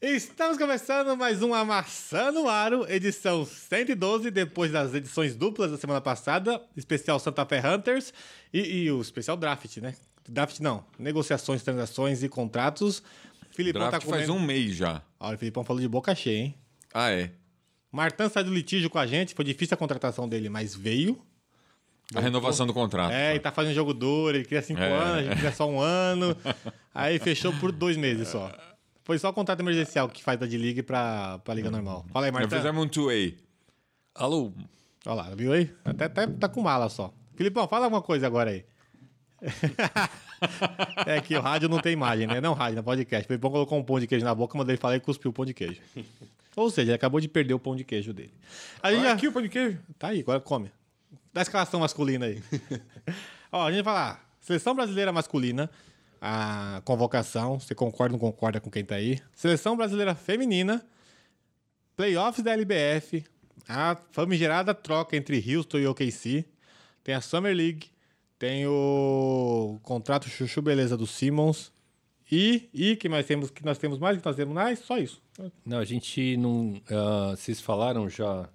Estamos começando mais um Amassando o Aro, edição 112, depois das edições duplas da semana passada, especial Santa Fé Hunters e, e o especial draft, né? Draft não, negociações, transações e contratos. Filipão Draft tá faz comendo. um mês já. Olha, o Filipão falou de boca cheia, hein? Ah, é. Martã sai do litígio com a gente, foi difícil a contratação dele, mas veio. A renovação do contrato. É, e tá fazendo jogo duro, ele queria cinco É. anos, a gente queria só um ano. Aí fechou por dois meses só. Foi só o contrato emergencial que faz da D-League pra, pra Liga Normal. Fala aí, Nós Martã. fizemos um two-way. Alô? Olha lá, viu aí? Até, até tá com mala só. Filipão, fala alguma coisa agora aí. é que o rádio não tem imagem, né? Não rádio, não podcast. O Filipão colocou um pão de queijo na boca, mandou ele falar e cuspiu o pão de queijo. Ou seja, ele acabou de perder o pão de queijo dele. Aí já... o pão de queijo. Tá aí, agora come. Dá a escalação masculina aí. Ó, a gente vai falar. Seleção brasileira masculina, a convocação, você concorda ou não concorda com quem tá aí? Seleção brasileira feminina, playoffs da LBF, a tá? famigerada troca entre Houston e OKC, tem a Summer League, tem o contrato chuchu beleza do Simmons e e que mais temos que nós temos mais que nós temos mais só isso. Não, a gente não. ah, vocês falaram já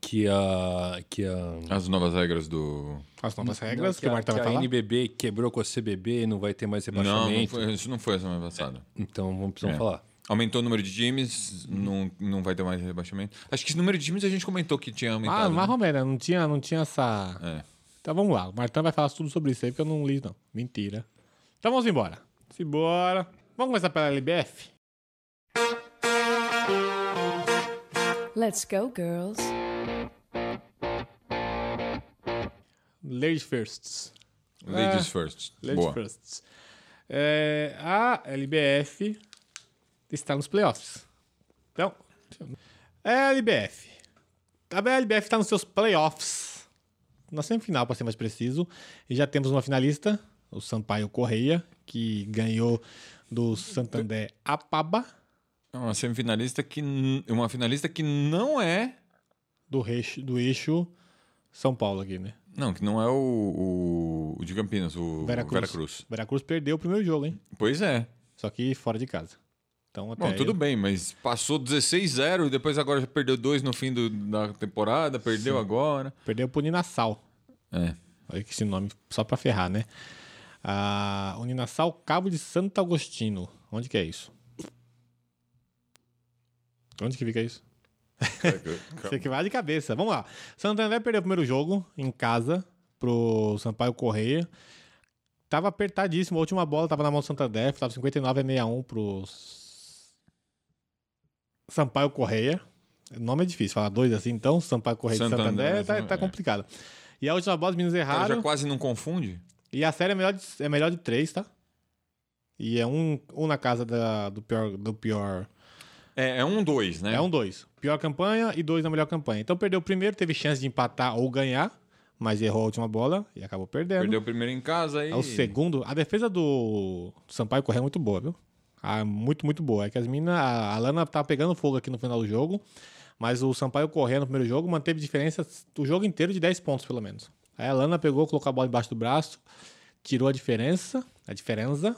que a. Que a As novas regras do. As novas regras é que, a, o Marta vai a falar. NBB quebrou com a CBB e não vai ter mais Não, não rebaixamento. foi- É. isso não foi a semana passada. Então vamos precisar falar. Aumentou o número de times, não, não vai ter mais rebaixamento. Acho que esse número de times a gente comentou que tinha aumentado. Ah, né? Marromera, não tinha, não tinha essa. É. Então vamos lá, o Martão vai falar tudo sobre isso aí, porque eu não li, não. Mentira. Então vamos embora. Simbora. Vamos começar pela LBF? Let's go, girls. Ladies Firsts. Ladies first. Ladies Boa. Firsts. É, a LBF está nos playoffs. Então, é LBF. A LBF está tá nos seus playoffs. Na semifinal, para ser mais preciso. E já temos uma finalista, o Sampaio Correia, que ganhou do Santander Apaba, É Uma semifinalista que. n- Uma finalista que não é. do, reixo, do eixo São Paulo aqui, né? Não, que não é o, o, o de Campinas, o Veracruz. Veracruz. Veracruz perdeu o primeiro jogo, hein? Pois é. Só que fora de casa. Então, até Bom, tudo aí- bem, mas passou 16-0 e depois agora já perdeu dois no fim do- da temporada, perdeu agora. Perdeu pro Ninassal. É. Olha que esse nome só pra ferrar, né? Ah, o Ninassal Cabo de Santo Agostinho. Onde que é isso? Onde que fica isso? É, Você que vai de cabeça. Vamos lá. Santander perdeu o primeiro jogo em casa pro Sampaio Correia. Tava apertadíssimo. A última bola tava na mão do Santander. Tava 59 a 61 pro S- Sampaio Correia. O nome é difícil. Falar dois assim, então. Sampaio Correia Santander, e Santander. Tá, tá é. complicado. E a última bola, os meninos Cara, erraram. já quase não confunde? E a série é melhor de, é melhor de três, tá? E é um, um na casa da- do pior... Do pior É, é um dois, né? é um dois. Pior campanha e dois na melhor campanha. Então perdeu o primeiro, teve chance de empatar ou ganhar, mas errou a última bola e acabou perdendo. Perdeu o primeiro em casa e. É o segundo. A defesa do Sampaio Correia é muito boa, viu? Ah, muito, muito boa. É que as minas. A a Lana tá pegando fogo aqui no final do jogo. Mas o Sampaio Correia no primeiro jogo manteve diferença o jogo inteiro de 10 pontos, pelo menos. Aí a Lana pegou, colocou a bola embaixo do braço, tirou a diferença. A diferença.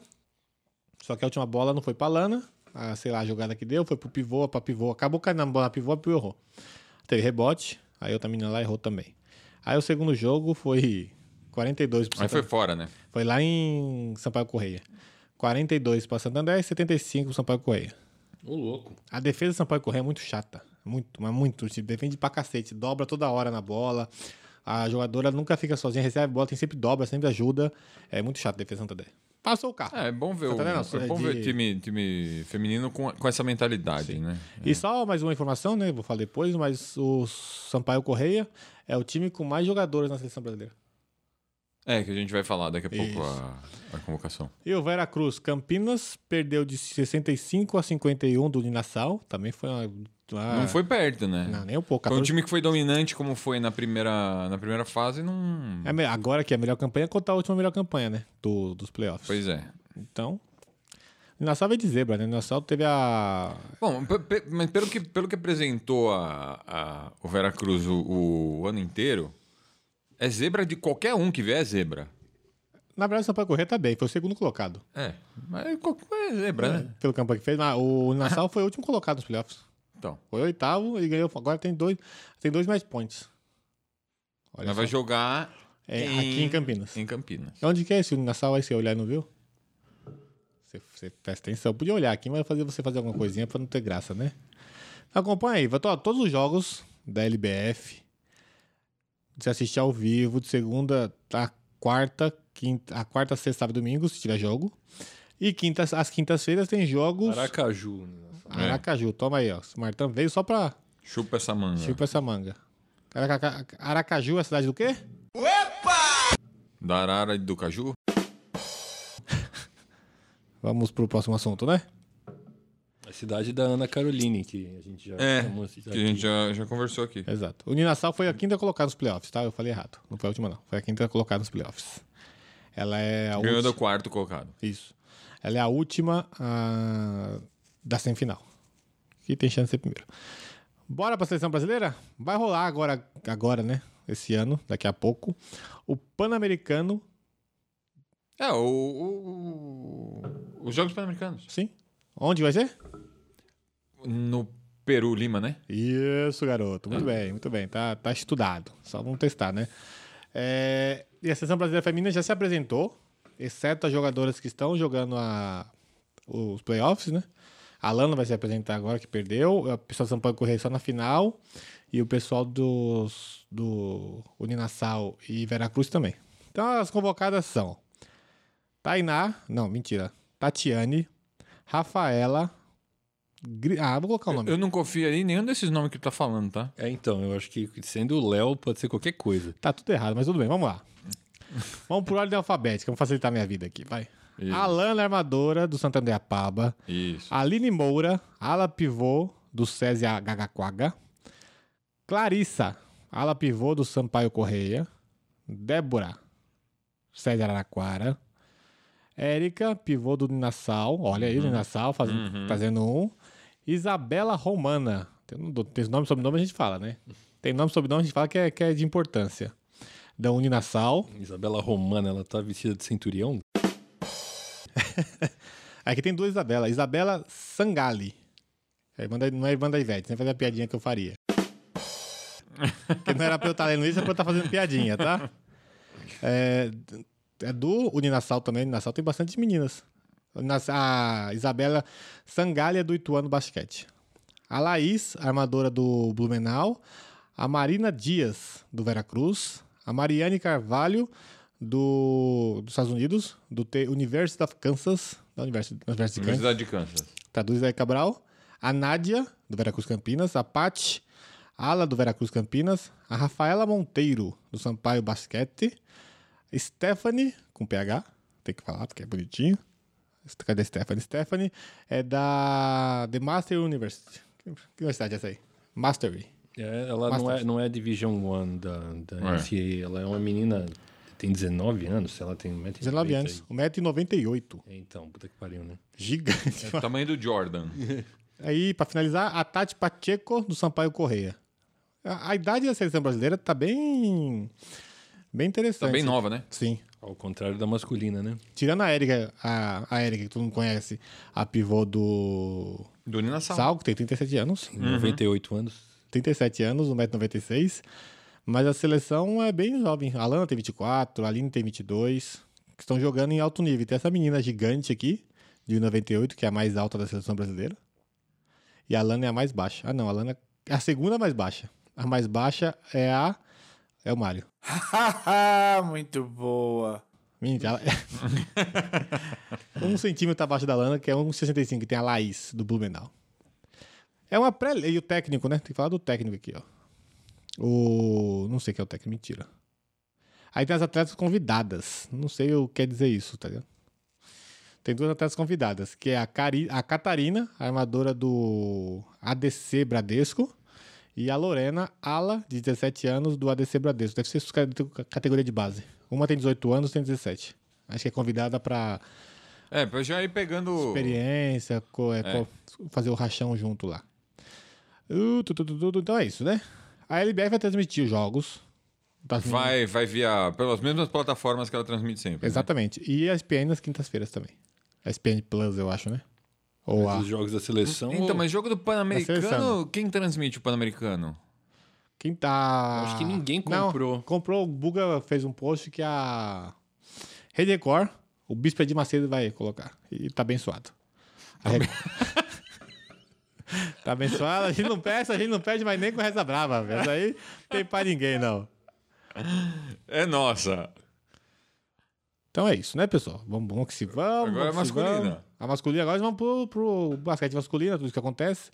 Só que a última bola não foi pra Lana. A, sei lá, a jogada que deu, foi pro pivô, pra pivô. Acabou caindo na bola na pivô, a pivô errou. Teve rebote, aí outra menina lá errou também. Aí o segundo jogo foi 42 pro Aí foi Sampaio fora, né? foi lá em Sampaio Correia. 42 para Santander e 75 para Sampaio Correia. Ô, louco. A defesa do Sampaio Correia é muito chata. Muito, mas muito. Se defende pra cacete. Dobra toda hora na bola. A jogadora nunca fica sozinha, recebe a bola, tem sempre dobra, sempre ajuda. É muito chato a defesa do Santander. Passou o carro. É, é bom ver o, Tá vendo? é bom De- ver o time, time feminino com, com essa mentalidade, né? E só mais uma informação, né? Vou falar depois, mas o Sampaio Correia é o time com mais jogadores na seleção brasileira. É, que a gente vai falar daqui a Isso. pouco a, a convocação. E o Veracruz Campinas perdeu de 65 a 51 do Ninassal. Também foi uma. uma- Não foi perto, né? Não, nem um pouco. Foi um 14 time que foi dominante como foi na primeira, na primeira fase, não. É, me- agora que é a melhor campanha, contar a última melhor campanha, né? Do, dos playoffs. Pois é. Então. Nassau veio de zebra, né? Nassau teve a. Bom, pe- pe- mas pelo que, pelo que apresentou a, a- o Veracruz o, o ano inteiro, é zebra de qualquer um que vier é zebra. Na verdade, o Sampaio Corrêa tá bem, foi o segundo colocado. É, mas qualquer coisa, lembra, né? Pelo campanha que fez. Mas o Nassau foi o último colocado nos playoffs. Então, Foi o oitavo e ganhou. Agora tem dois, tem dois mais pontos. Olha nós vai jogar É, em- aqui em Campinas. em Campinas. Onde que é esse Uninasal aí? Você olhar e não viu? Você, você presta atenção. Eu podia olhar aqui, mas eu fazer você fazer alguma coisinha pra não ter graça, né? Acompanha aí. Vai to- Todos os jogos da LBF. De se assistir ao vivo, de segunda a quarta, quinta, a quarta, sexta, sábado e domingo, se tiver jogo. E quintas, às quintas-feiras tem jogos. Aracaju. né? Aracaju, toma aí, ó. O Martão veio só pra Chupa essa manga. chupa essa manga. Araca- Aracaju é a cidade do quê? Da Arara e do Caju? Vamos pro próximo assunto, né? A cidade da Ana Caroline, que a gente já É, chamou que aqui. a gente já, já conversou aqui. Exato. O Ninassal foi a quinta colocada nos playoffs, tá? Eu falei errado. Não foi a última, não. Foi a quinta colocada nos playoffs. Ela é a Ganhou do última. quarto colocado. Isso. Ela é a última ah, da semifinal. Que tem chance de ser primeiro. Bora pra seleção brasileira? Vai rolar agora, agora, né? Esse ano, daqui a pouco. O Pan-Americano, É, o, o- o- os Jogos Pan-Americanos. sim. Onde vai ser? No Peru, Lima, né? Isso, garoto. Muito bem, muito bem. Tá, tá estudado. Só vamos testar, né? É, e a seleção brasileira feminina já se apresentou, exceto as jogadoras que estão jogando a, os playoffs, né? A Lana vai se apresentar agora, que perdeu. O pessoal do Sampaio Correia só na final. E o pessoal dos, do Uninassal e Veracruz também. Então, as convocadas são Tainá... Não, mentira. Tatiane, Rafaela... Gri- Ah, vou colocar o nome. Eu não confio aí em nenhum desses nomes que tu tá falando, tá? É, então, eu acho que sendo o Léo pode ser qualquer coisa. Tá tudo errado, mas tudo bem, vamos lá. Vamos por ordem alfabética, vamos facilitar minha vida aqui, vai. Isso. Alana Armadora, do Santander Apaba. Isso. Aline Moura, ala pivô, do Césia Gagaquaga. Clarissa, ala pivô, do Sampaio Correia. Débora, Césia Araraquara. Érica, pivô do Ninassal. Olha aí, o Ninassal fazendo, fazendo um. Isabela Romana. Tem, um do- tem nome e sobrenome, a gente fala, né? Tem nome e sobrenome, a gente fala que é, que é de importância. Da Uninassal. Isabela Romana, ela tá vestida de centurião? Aqui tem duas Isabela. Isabela Sangali. É a irmã da- não é irmã da Ivete, você fazer a piadinha que eu faria. Porque não era pra eu estar lendo isso, é pra eu estar fazendo piadinha, tá? É, é do Uninassal também. Uninassal tem bastante meninas. Uninas- A Isabela Sangali é do Ituano Basquete. A Laís, armadora do Blumenau. A Marina Dias, do Veracruz. A Mariane Carvalho, do, dos Estados Unidos, do T University of Kansas. Da Universidade, Universidade de Kansas. Universidade de Kansas. Traduz aí, Cabral. A Nádia, do Veracruz Campinas. A Paty, ala do Veracruz Campinas. A Rafaela Monteiro, do Sampaio Basquete. Stephanie, com PH. Tem que falar porque é bonitinho. Cadê Stephanie? Stephanie é da The Master University. Que universidade é essa aí? Mastery. É, ela não Bastante. é, não é Division 1 da, da É. NCAA, ela é uma menina que tem 19 anos, sei lá, tem 1,90m. 19 anos. 1,98m. É, então, puta que pariu, né? Gigante. O tamanho do Jordan. Aí, pra finalizar, a Tati Pacheco do Sampaio Correia. A, a idade da seleção brasileira tá bem. Bem Tá interessante. bem nova, né? Sim. Ao contrário da masculina, né? Tirando a Érica, a, a Érica, que todo mundo conhece, a pivô do Do Nina Sal. Sal, que tem 37 anos. Tem 98 anos. 37 anos, 1,96m. Mas a seleção é bem jovem. A Lana tem 24, a Aline tem 22. Que estão jogando em alto nível. Tem essa menina gigante aqui, de 98, que é a mais alta da seleção brasileira. E a Lana é a mais baixa. Ah, não, a Lana é a segunda mais baixa. A mais baixa é a. É o Mário. Haha, muito boa. Mentira, ela... um centímetro abaixo da Lana, que é 1,65, que tem a Laís, do Blumenau. É uma pré... E o técnico, né? Tem que falar do técnico aqui, ó. O... Não sei quem é o técnico, mentira. Aí tem as atletas convidadas. Não sei o que quer dizer isso, tá ligado? Tem duas atletas convidadas, que é a, Cari... a Catarina, a armadora do ADC Bradesco, e a Lorena, ala de 17 anos do ADC Bradesco. Deve ser isso, cara, de categoria de base. Uma tem 18 anos, tem 17. Acho que é convidada pra É, pra já ir pegando. experiência, co- é, co- fazer o rachão junto lá. Uh, tu, tu, tu, tu, tu. Então é isso, né? A LBF vai transmitir os jogos Tá vindo. Vai, vai via pelas mesmas plataformas que ela transmite sempre. Exatamente. E a ESPN nas quintas-feiras também. A ESPN Plus, eu acho, né? Ou a... Os jogos da seleção. Então, mas jogo do Da seleção. Pan-Americano, quem transmite o Pan-Americano? Quem tá... Acho que ninguém Não, comprou. comprou, o Buga fez um post que a Rede Record, o Bispo de Macedo vai colocar. E tá abençoado. A Record- tá abençoado. A gente não perde, a gente não perde mais nem com reza brava, velho. Isso aí tem pra ninguém, não. É nossa. Então é isso, né, pessoal? Vamos, vamos que se vamos. vamos Agora é que se masculina. vamos. A masculina, agora vamos pro, pro basquete masculina, tudo que acontece.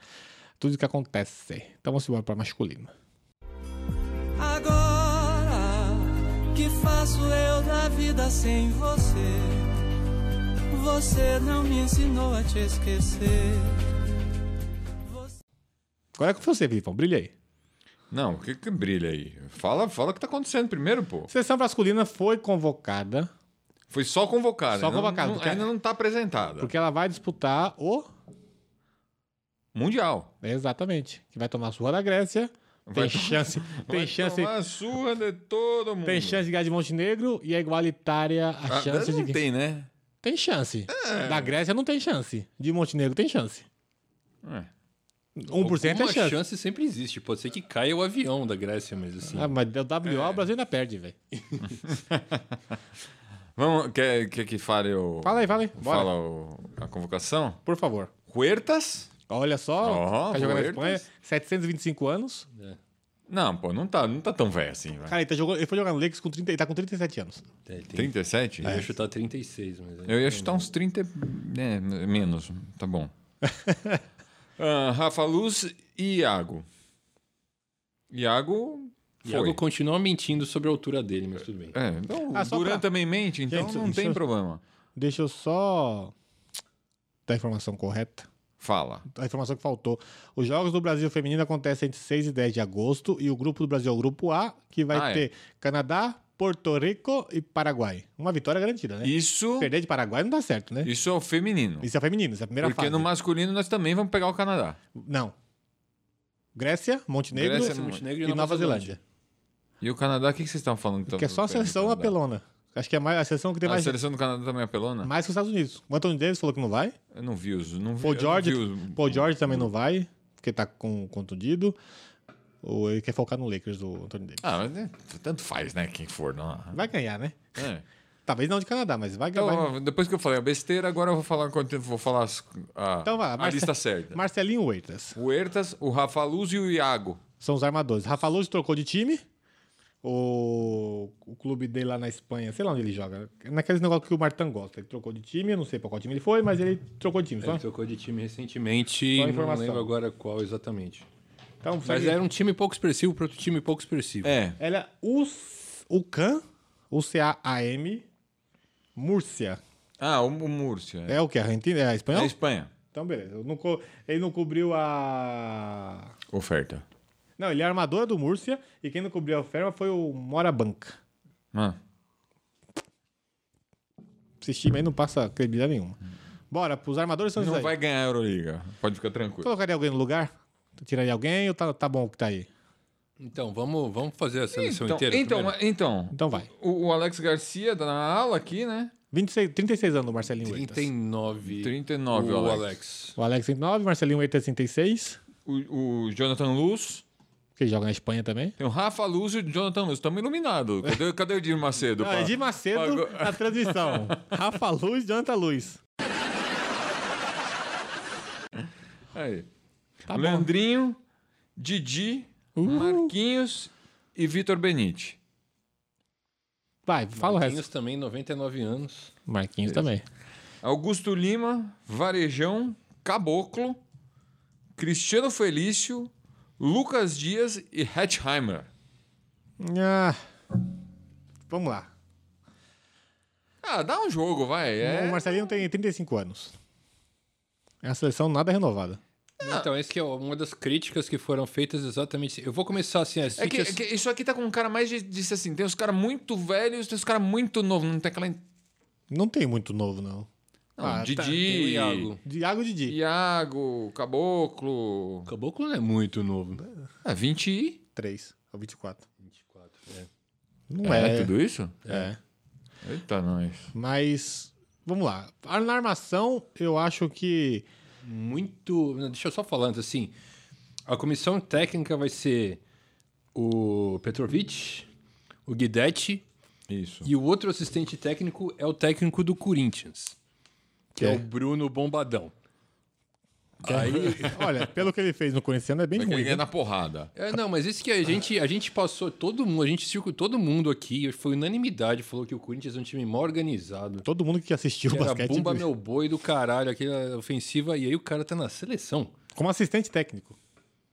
Tudo que acontece. Então vamos embora pra masculina. Agora, que faço eu da vida sem você? Você não me ensinou a te esquecer. Qual é que foi você, Filipão? Brilha aí. Não, o que, que brilha aí? Fala, fala o que tá acontecendo primeiro, pô. Seleção masculina foi convocada, Foi só convocada. Só ainda não- convocada, não- porque- ainda não tá apresentada. porque ela vai disputar o. Mundial. Exatamente. Que vai tomar a surra da Grécia. Vai tem chance. Tem Vai chance. tomar a surra de todo mundo. Tem chance de ganhar de Montenegro e é igualitária a Ah, chance não de. tem, É. né? Tem chance. Da Grécia não tem chance. De Montenegro tem chance. É. 1% é Alguma chance. chance sempre existe. Pode ser que caia o avião da Grécia, mas assim. Ah, mas da WO É. o Brasil ainda perde, velho. Vamos, quer, quer que fale o... Fala aí, fala aí. Bora. Fala o- a convocação? Por favor. Huertas? Olha só, Ó, tá jogando na Espanha, Puertas. 725 anos. Não, pô, não tá, não tá tão velho assim, vai. Cara, ele, tá jogando, ele foi jogar no Lakers com 30, ele tá com 37 anos. é, tem- 37? Eu ia chutar 36, mas. é. Eu ia chutar uns 30, né, menos, tá bom. Ah, Rafa Luz e Iago. Iago foi. Iago continua mentindo sobre a altura dele, mas tudo bem. É, então, Ah, o só Duran pra- também mente, então Gente, é- não deixa tem eu- problema. Deixa eu só dar a informação correta. Fala. A informação que faltou. Os Jogos do Brasil Feminino acontecem entre 6 e 10 de agosto e o Grupo do Brasil é o Grupo A, que vai Ah, é. ter Canadá, Porto Rico e Paraguai. Uma vitória garantida, né? Isso, Perder de Paraguai não dá certo, né? isso é o feminino. Isso é feminino, isso é a primeira Porque fase. no masculino nós também vamos pegar o Canadá. Não. Grécia, Montenegro Grécia, Montenegro e Nova, Zelândia. E o Canadá, o que, que vocês estavam falando? Que é só a seleção apelona. apelona. Acho que é mais, a seleção que tem A mais, seleção do Canadá também é apelona? mais que os Estados Unidos. O Anthony Davis falou que não vai. Eu não vi os... Não vi, eu Paul não George, vi os- Paul George também não vai, porque tá com, contundido. Ou ele quer focar no Lakers, o Anthony Davis. Ah, mas é, tanto faz, né? Quem for, não. Vai ganhar, né? É. Talvez não de Canadá, mas vai Então, ganhar. Então, ó, depois que eu falei a besteira, agora eu vou falar quanto vou falar as- a, Então vai, a Marce- lista certa. Marcelinho Huertas. O Ertas, o Rafa Luz e o Iago. São os armadores. Rafa Luz trocou de time. O, o clube dele lá na Espanha, sei lá onde ele joga. Naqueles negócios que o Martão gosta. Ele trocou de time, eu não sei pra qual time ele foi, mas ele trocou de time. Só. Ele trocou de time recentemente Só e não informação. lembro agora qual exatamente. Então, Mas segue- era um time pouco expressivo para outro time pouco expressivo. É. Ela é Us- Ucan, UCAAM, Múrcia. Ah, o, o Múrcia. É, É o que? Argentina? É a a espanhol? Espanha. Então, beleza. Eu não co- Ele não cobriu a. Oferta. Não, ele é armador do Múrcia e quem não cobriu a Ferma foi o Morabanca. Ah, Esse time aí não passa credibilidade nenhuma. Bora, pros armadores são não esses aí. vai ganhar a Euroliga. Pode ficar tranquilo. Colocaria alguém no lugar? Tiraria alguém ou tá, tá bom o que tá aí? Então, vamos, vamos fazer a seleção Então, inteira. então, primeiro? então, Então vai. o, o Alex Garcia tá na ala aqui, né? 26, 36 anos do Marcelinho Huertas. 39. 39, o o Alex. Alex. O Alex 39, Marcelinho Huertas 36, O, o Jonathan Luz. que joga na Espanha também. Tem o Rafa Luz e o Jonathan Luz. Estamos iluminados. Cadê, cadê o Edir Macedo? Ah, pá? Edir Macedo Pagou- na transmissão. Rafa Luz, Jonathan Luz. Aí. Tá Leandrinho, Didi, Marquinhos e Vitor Benite. Vai, fala o Marquinhos resto. também, 99 anos. Marquinhos também. Augusto Lima, Varejão, Caboclo, Cristiano Felício, Lucas Dias e Hetzheimer. Ah, vamos lá. Ah, dá um jogo, vai. É... O Marcelinho tem 35 anos. É uma seleção nada renovada. Então, essa que é uma das críticas que foram feitas exatamente. Eu vou começar assim, as É que, é críticas- que isso aqui tá com um cara mais de, de assim, tem os caras muito velhos, tem os caras muito novos, não tem aquela... en- Não tem muito novo, não. Não, Ah, tá. Tem o Didi, Iago. Diago Didi. Iago, Caboclo... né? O Caboclo não é muito novo. Ah, 20 e... 3 ou 24. 24, é. Não é. tudo isso? É. Eita, nós. Mas, vamos lá. A- Na armação, eu acho que. muito. não, Deixa eu só falar antes assim. A comissão técnica vai ser o Petrovic, o Guidetti Isso. e o outro assistente técnico é o técnico do Corinthians, que é, É. o Bruno Bombadão. Olha, pelo que ele fez no Corinthians, é bem Mas que ruim. ele é viu? na porrada. É, não, mas isso que a gente, a gente passou todo mundo, a gente circulou todo mundo aqui, foi unanimidade, falou que o Corinthians é um time mó organizado. Todo mundo que assistiu o Que era basquete. bomba meu boi do caralho, aquela ofensiva, e aí o cara tá na seleção. Como assistente técnico.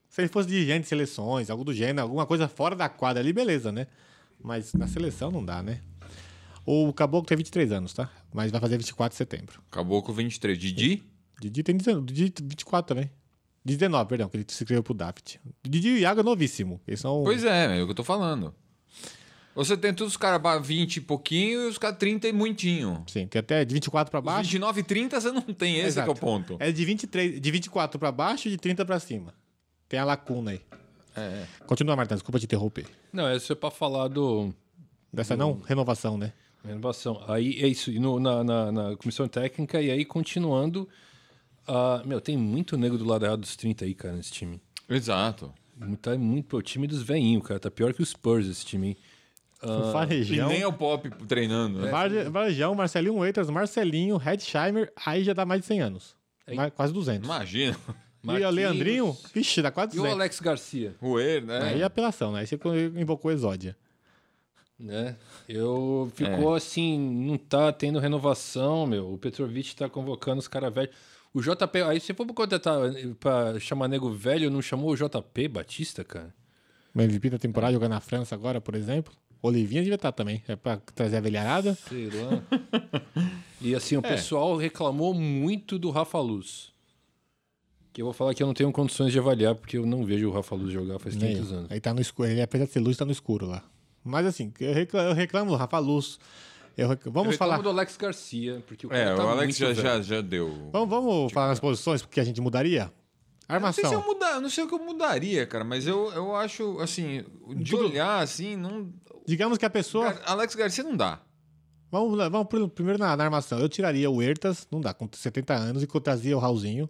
Se ele fosse dirigente de seleções, algo do gênero, alguma coisa fora da quadra ali, beleza, né? Mas na seleção não dá, né? O Caboclo tem 23 anos, tá? Mas vai fazer 24 de setembro. Acabou com 23. Didi? Didi tem 19, Didi 24 também. 19, perdão, que ele se inscreveu pro Daft. Didi e o Iago é novíssimo. Eles são. Pois é, é o que eu tô falando. Você tem todos os caras ba- 20 e pouquinho e os caras 30 e muitinho. Sim, tem até de 24 pra Os baixo. 29 e 30 você não tem, esse é que Exato. é o ponto. É de 23, de 24 pra baixo e de 30 pra cima. Tem a lacuna aí. É. Continua, Marta, desculpa te interromper. Não, isso é pra falar do, Dessa Hum. não renovação, né? Renovação. Aí é isso, e no- na, na- na comissão técnica, e aí continuando. ah, meu, tem muito negro do lado errado dos 30 aí, cara, nesse time. Exato. Tá muito, pô, o time dos veinhos, cara. Tá pior que o Spurs esse time, hein? Ah, E Varejão. nem é o Pop treinando, né? Varge- Varejão, Marcelinho Waiters, Marcelinho, Redsheimer, aí já dá mais de 100 anos. Vai Quase 200. Imagina. E o Marquinhos. Leandrinho, vixe, dá quase E o 200. Alex Garcia, Roer, né? Aí é apelação, né? Aí você invocou exódia. né? Eu ficou assim, não tá tendo renovação, meu. O Petrovic tá convocando os caras velhos. O JP, aí se for pra contratar pra chamar nego velho, não chamou o JP Batista, cara? O MVP da É. temporada jogar na França agora, por exemplo. Olivinha devia estar também. É pra trazer a velharada. Sei lá. e assim, o pessoal reclamou muito do Rafa Luz. Que eu vou falar que eu não tenho condições de avaliar, porque eu não vejo o Rafa Luz jogar faz Aí, 500 anos. aí tá no escuro. Ele, apesar de ser luz, tá no escuro lá. Mas assim, eu reclamo, eu reclamo do Rafa Luz. Eu rec- Eu Vamos reclamo falar. do Alex Garcia, porque o cara É, tá o Alex muito já, velho. já, já deu. Vamos, vamos falar nas posições, porque a gente mudaria? Não sei, se Tipo, né? eu Armação. muda- não sei o que eu mudaria, cara, mas eu, eu acho, assim, de Tudo- olhar, assim, não. Digamos que a pessoa. Gar- Alex Garcia não dá. Vamos, lá, vamos pro- primeiro na, na armação. Eu tiraria o Ertas, não dá, com 70 anos, e que eu trazia o Raulzinho.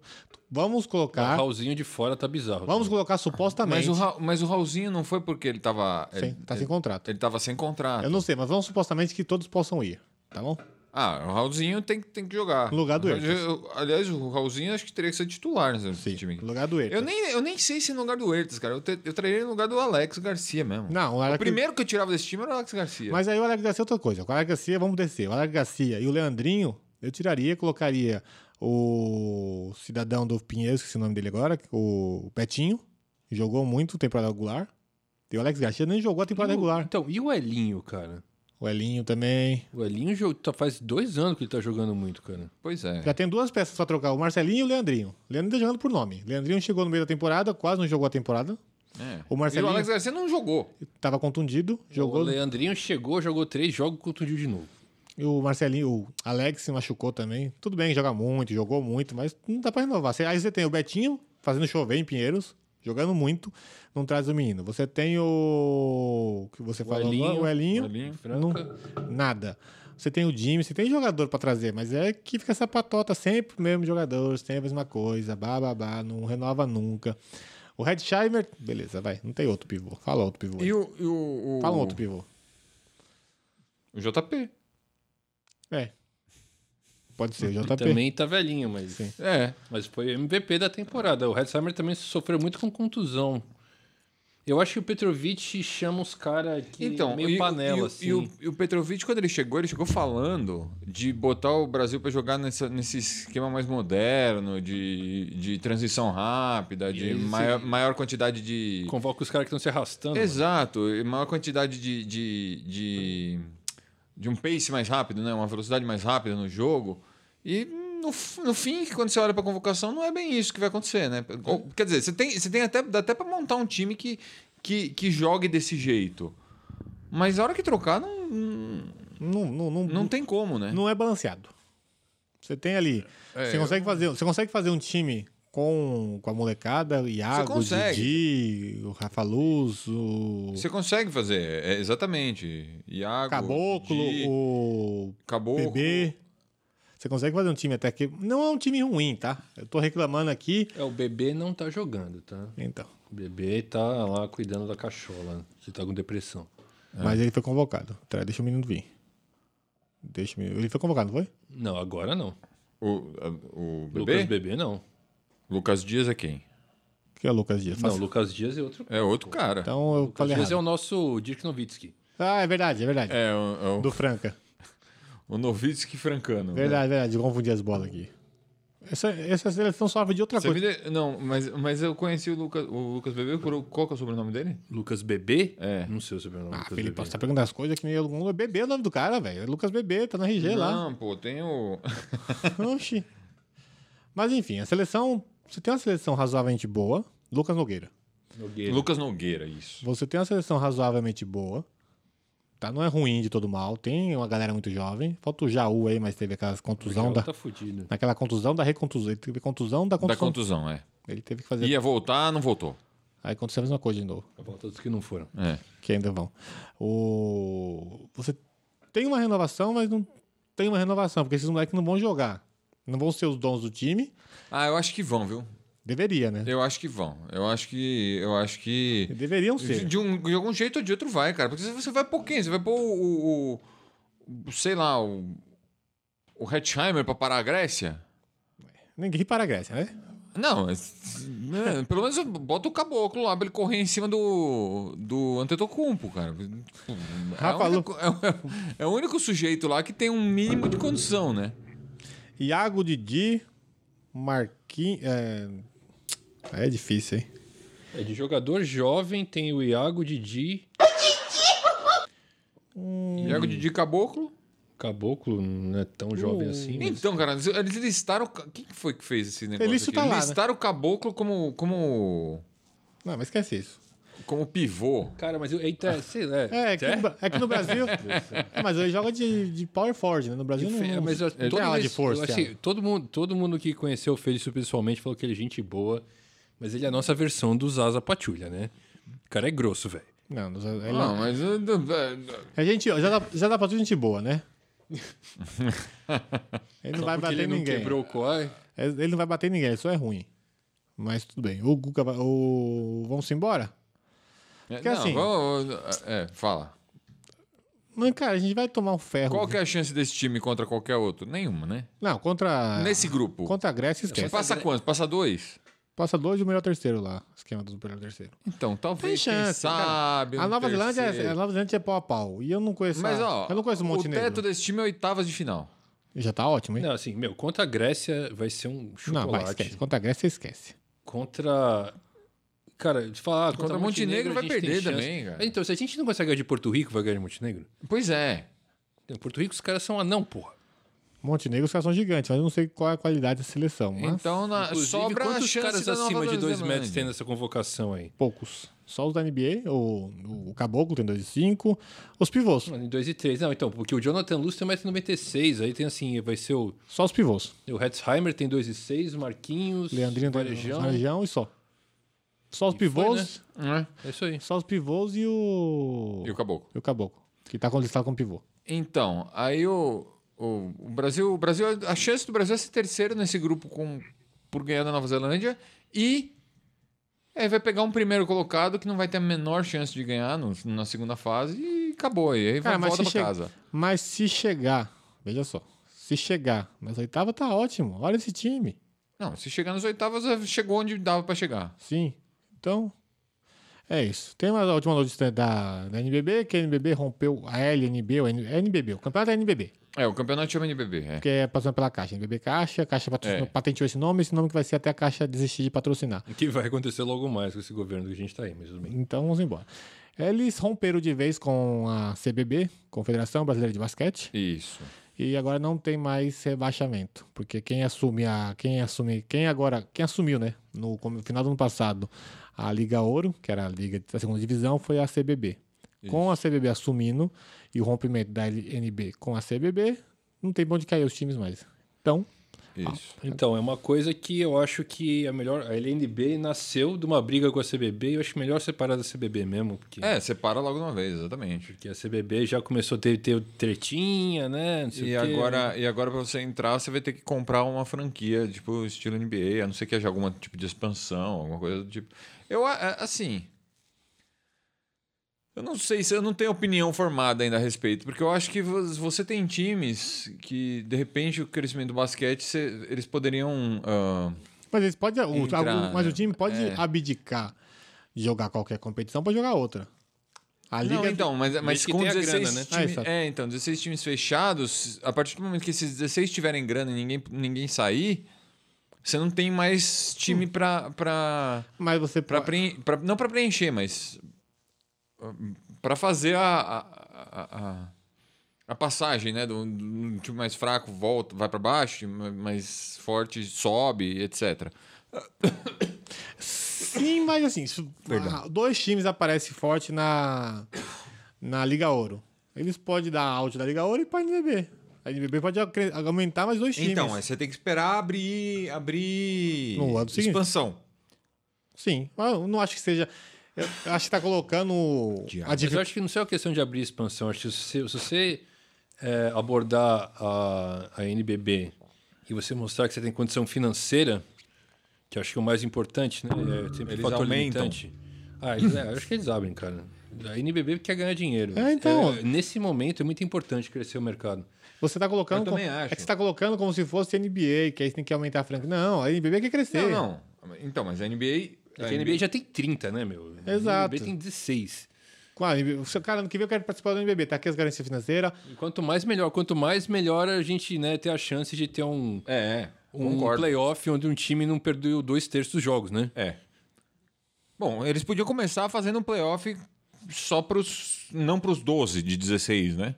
Vamos O colocar. Raulzinho de fora tá bizarro. Vamos também. colocar supostamente. Mas o, Ra- mas o Raulzinho não foi porque ele tava. Sem- ele, tá sem contrato. ele tava sem contrato. Eu não sei, mas vamos supostamente que todos possam ir, tá bom? Ah, o Raulzinho tem, que- tem que jogar. No lugar do Mas Hertas. eu- Aliás, o Raulzinho acho que teria que ser titular nesse time. No lugar do Ertas. Eu nem, eu nem sei se no lugar do Ertas, cara. Eu, te, eu traria no lugar do Alex Garcia mesmo. Não, o Alex- O primeiro que eu tirava desse time era o Alex Garcia. Mas aí o Alex Garcia é outra coisa. O Alex Garcia, vamos descer. O Alex Garcia e o Leandrinho, eu tiraria, colocaria o cidadão do Pinheiro, esqueci o nome dele agora, o Petinho, que jogou muito temporada regular. E o Alex Garcia nem jogou a temporada E o- regular. Então, e o Elinho, cara? O Elinho também. O Elinho jo- tá- faz dois anos que ele tá jogando muito, cara. Pois é. Já tem duas peças pra trocar, o Marcelinho e o Leandrinho. O Leandrinho tá jogando por nome. O Leandrinho chegou no meio da temporada, quase não jogou a temporada. é. O E o Marcelinho Alex Garcia não jogou. tava contundido, jogou. O Leandrinho chegou, jogou três jogos e contundiu de novo. E o Marcelinho, o Alex se machucou também. Tudo bem, joga muito, jogou muito, mas não dá pra renovar. Você- Aí você tem o Betinho fazendo chover em Pinheiros, jogando muito, não traz o menino. Você tem o. que você falou Elinho, agora, o Elinho. Elinho, não- nada. Você tem o Jimmy, você tem jogador pra trazer, mas é que fica essa patota sempre o mesmo jogador, sempre a mesma coisa, bababá, não renova nunca. O Redsheimer, beleza, vai, não tem outro pivô. Fala outro pivô. aí. E o. E o, o Fala um outro pivô. O JP. É. Pode ser, Ele JP. também tá velhinho, mas. É. Mas foi MVP da temporada. O Hetzheimer também sofreu muito com contusão. Eu acho que o Petrovic chama os caras que é Então, meio e, panela, e, o- assim. e o, e o Petrovic, quando ele chegou, ele chegou falando de botar o Brasil pra jogar nessa- nesse esquema mais moderno, de, de transição rápida, de aí você- maior, maior quantidade de. Convoca os caras que estão se arrastando. mano. Exato, e maior quantidade de, de, de, de um pace mais rápido, né? uma velocidade mais rápida no jogo. E no, f- no fim, quando você olha para a convocação, não é bem isso que vai acontecer. Né? Ou- Quer dizer, você tem, você tem até, dá até para montar um time que, que, que jogue desse jeito. Mas a hora que trocar, não, Não, não, não, não tem como, né? não é balanceado. Você tem ali. você, consegue fazer, você consegue fazer um time com, com a molecada, o Iago, o consegue. Didi, o Rafa Luz, o Você consegue fazer, é, exatamente. Iago, Caboclo, Di, o Caboclo. Bebê. Você consegue fazer um time até que. Não é um time ruim, tá? Eu tô reclamando aqui. É, o bebê não tá jogando, tá? Então. O bebê tá lá cuidando da cachola, que tá com depressão. Mas ele foi convocado. Tá, deixa o menino vir. Deixa o menino. Ele foi convocado, não foi? Não, agora não. O, a- o bebê? Lucas Bebê não. Lucas Dias é quem? Que é o Lucas Dias. Não, Fácil. Lucas Dias é outro. É outro cara. Então eu falei Lucas Dias é errado. o nosso Dirk Nowitzki. Ah, é verdade, é verdade. É, o, é o, Do Franca. o Novitsky francano. né? Verdade, verdade. Confundi as bolas aqui. Essa, essa seleção sofre de outra Você coisa. me de- Não, mas, mas eu conheci o Lucas, o Lucas Bebê por qual que é o sobrenome dele? Lucas Bebê? É. Não sei o sobrenome. Ah, Lucas Felipe, Bebê. você tá perguntando as coisas que nem algum é bebê o nome do cara, velho. É Lucas Bebê, tá na RG lá. Não, pô, tem o. Oxi. Mas enfim, a seleção. Você tem uma seleção razoavelmente boa, Lucas Nogueira. Nogueira. Lucas Nogueira, isso. Você tem uma seleção razoavelmente boa. Tá? Não é ruim de todo mal. Tem uma galera muito jovem. Falta o Jaú aí, mas teve aquelas contusão Lucas da. tá fudido. Naquela contusão da recontusão. Ele teve contusão da Da contusão. contusão, é. Ele teve que fazer. Ia voltar, não voltou. Aí aconteceu a mesma coisa de novo. A volta dos que não foram. É. Que ainda vão. O... Você tem uma renovação, mas não tem uma renovação, porque esses moleques não vão jogar. Não vão ser os dons do time. Ah, eu acho que vão, viu? Deveria, né? Eu acho que vão. Eu acho que. Eu acho que. Deveriam De, ser. de um, de algum jeito ou de outro vai, cara. Porque você vai pôr quem? Você vai pôr o. o- o- sei lá, o. O Hetzheimer pra parar a Grécia? Ninguém para a Grécia, né? Não, mas- né, pelo menos bota o caboclo lá pra ele correr em cima do. do Antetokounmpo, cara. É, Rafa o único- é o- é o único sujeito lá que tem um mínimo de condição, né? Iago, Didi, Marquinhos. É... é difícil, hein? É de jogador jovem, tem o Iago, Didi, Hum. Iago de caboclo. Caboclo, não é tão jovem assim. mas- Então, cara, eles- eles listaram. o ca- Quem que foi que fez esse negócio? Felício aqui? tá lá, né? listaram o caboclo como. como. Não, mas esquece isso. como pivô. Cara, mas eu, eita, sei lá. É, é que, no, Bra- é que no Brasil. é, mas ele joga de, de Power Forward, né? No Brasil não. Fe- não Mas eu, ele toda tem ala vez- de força. assim. é. eu achei- Thiago. todo, mundo, todo mundo que conheceu o Felício pessoalmente falou que ele é gente boa, mas ele é a nossa versão do Zaza Patrulha, né? O cara é grosso, velho. Não, não, ele Ah, não- Não, mas. uh, d- d- É gente, já dá, já dá pra tudo gente boa, né? ele não vai Porque bater ele não ninguém. quebrou o core. É, Ele não vai bater ninguém, ele só é ruim. Mas tudo bem. O Guga vai. O... Vamos embora? Porque não, assim- vamos- é, fala. Mas, cara, a gente vai tomar um ferro. Qual que é a chance desse time contra qualquer outro? Nenhuma, né? Não, contra. Nesse grupo. Ah. Contra a Grécia, esquece. Passa quantos? Passa dois? Passa dois e o melhor terceiro lá. Esquema do melhor terceiro. Então, talvez. Tem chance. quem cara. sabe. a um Nova Zelândia é, terceiro. a Nova Zelândia é pau a pau. E eu não conheço. Mas, a- ó. eu não conheço o O Montenegro. teto desse time é oitavas de final. Já tá ótimo, hein? Não, assim, meu, contra a Grécia vai ser um Não, chocolate. vai, esquece. Contra a Grécia, esquece. Contra. Cara, de falar, ah, contra, Contra Montenegro a vai gente tem perder chance. também, cara. Então, se a gente não consegue ganhar de Porto Rico, vai ganhar de Montenegro? Pois é. Então, Porto Rico, os caras são anão, porra. Montenegro, os caras são gigantes, mas eu não sei qual é a qualidade da seleção. Mas Então, na, Inclusive, sobra a quantos chance caras da Nova acima de dois Zelândia? metros tem nessa convocação aí? poucos. Só os da NBA, o, o Caboclo tem 2,5. Os pivôs. Mano, Em 2 e 3. Não, então, porque o Jonathan Luz tem 1,96m. Aí tem assim, vai ser o, Só os pivôs. o Hetzheimer tem 2 e 6, Marquinhos, Leandrinho tem Varejão. Varejão e só. Só os E foi, pivôs. Hã? É isso aí. Só os pivôs e o. E o caboclo. e o Caboclo. Que tá com listado como pivô. Então, aí o, o, o Brasil, o Brasil, a chance do Brasil é ser terceiro nesse grupo com por ganhar da Nova Zelândia e aí vai pegar um primeiro colocado que não vai ter a menor chance de ganhar no- na segunda fase e acabou aí, aí Cara, vai mas volta se pra chega- casa. Mas se chegar, veja só. Se chegar nas oitavas, tá ótimo. Olha esse time. Não, se chegar nas oitavas chegou onde dava pra chegar. Sim. Então, é isso. Tem mais a última notícia da, da NBB, que a NBB rompeu a LNB, ou N- NBB, o campeonato é NBB, É, o campeonato chama NBB, é. que é passando pela Caixa. NBB Caixa, a Caixa patrocinou- É. patenteou esse nome, esse nome que vai ser até a Caixa desistir de patrocinar. O que vai acontecer logo mais com esse governo que a gente tá aí, mas tudo bem. Então, vamos embora. Eles romperam de vez com a CBB, Confederação Brasileira de Basquete, Isso. e agora não tem mais rebaixamento, porque quem assume a quem assume, quem agora, quem assumiu, né, no come- final do ano passado, a Liga Ouro, que era a liga da segunda divisão, foi a CBB. Com a CBB assumindo e o rompimento da LNB com a CBB, não tem pra onde cair os times mais. Então, Isso. Então, é uma coisa que eu acho que a melhor. A LNB nasceu de uma briga com a CBB e eu acho melhor separar da CBB mesmo, porque. É, você para logo de uma vez, exatamente. Porque a CBB já começou a ter, ter tretinha, né? Não sei E o quê. agora, e agora, pra você entrar, você vai ter que comprar uma franquia, tipo, estilo NBA, a não ser que haja algum tipo de expansão, alguma coisa do tipo. Eu, a- a- assim. Eu não sei se eu não tenho opinião formada ainda a respeito, porque eu acho que vo- você tem times que, de repente, o crescimento do basquete, você- eles poderiam. ah, Mas eles podem. o- Entrar, algum- mas o né? time pode É. abdicar de jogar qualquer competição pra jogar outra. A liga. é Não, então, mas, mas que com tem a 16 grana, né? Ah, times, exato. é, então, 16 times fechados, a partir do momento que esses 16 tiverem grana e ninguém, ninguém sair, você não tem mais time pra. pra, Mas você pra pode- preen- pra- não pra preencher, mas. hum, pra fazer a. a, a- a- a passagem, né? Do, do time mais fraco volta, vai pra baixo, time mais forte sobe, etc. Sim, mas assim, se- ah, dois times aparecem forte na, na Liga Ouro. Eles podem dar out da Liga Ouro e para NBB. A NBB pode acre- aumentar mais dois times. Então, aí você tem que esperar abrir. abrir No ano seguinte. expansão. Sim, mas eu não acho que seja. Eu eu acho que tá colocando. A Mas difi- eu acho que não é uma questão de abrir expansão. Acho que se, se você é, abordar a, a NBB e você mostrar que você tem condição financeira, que eu acho que é o mais importante, né? É sempre Eles um fator aumentam. limitante. Ah, eles, é, eu acho que eles abrem, cara. A NBB quer ganhar dinheiro. É, então. É, nesse momento é muito importante crescer o mercado. Você tá colocando. Eu como- também acho. É que você tá colocando como se fosse NBA, que aí você tem que aumentar a franquia. Não, a NBB quer crescer. Não, não. Então, mas a NBA. É que a NBA já tem 30, né, meu? A Exato. NBB tem 16. Claro, o seu cara ano que vem eu quero participar do NBB, tá aqui as garantias financeiras. E quanto mais melhor, quanto mais melhor a gente né, ter a chance de ter um, É, um concordo. playoff onde um time não perdeu dois terços dos jogos, né? É. Bom, eles podiam começar fazendo um playoff só pros. Não pros 12 de 16, né?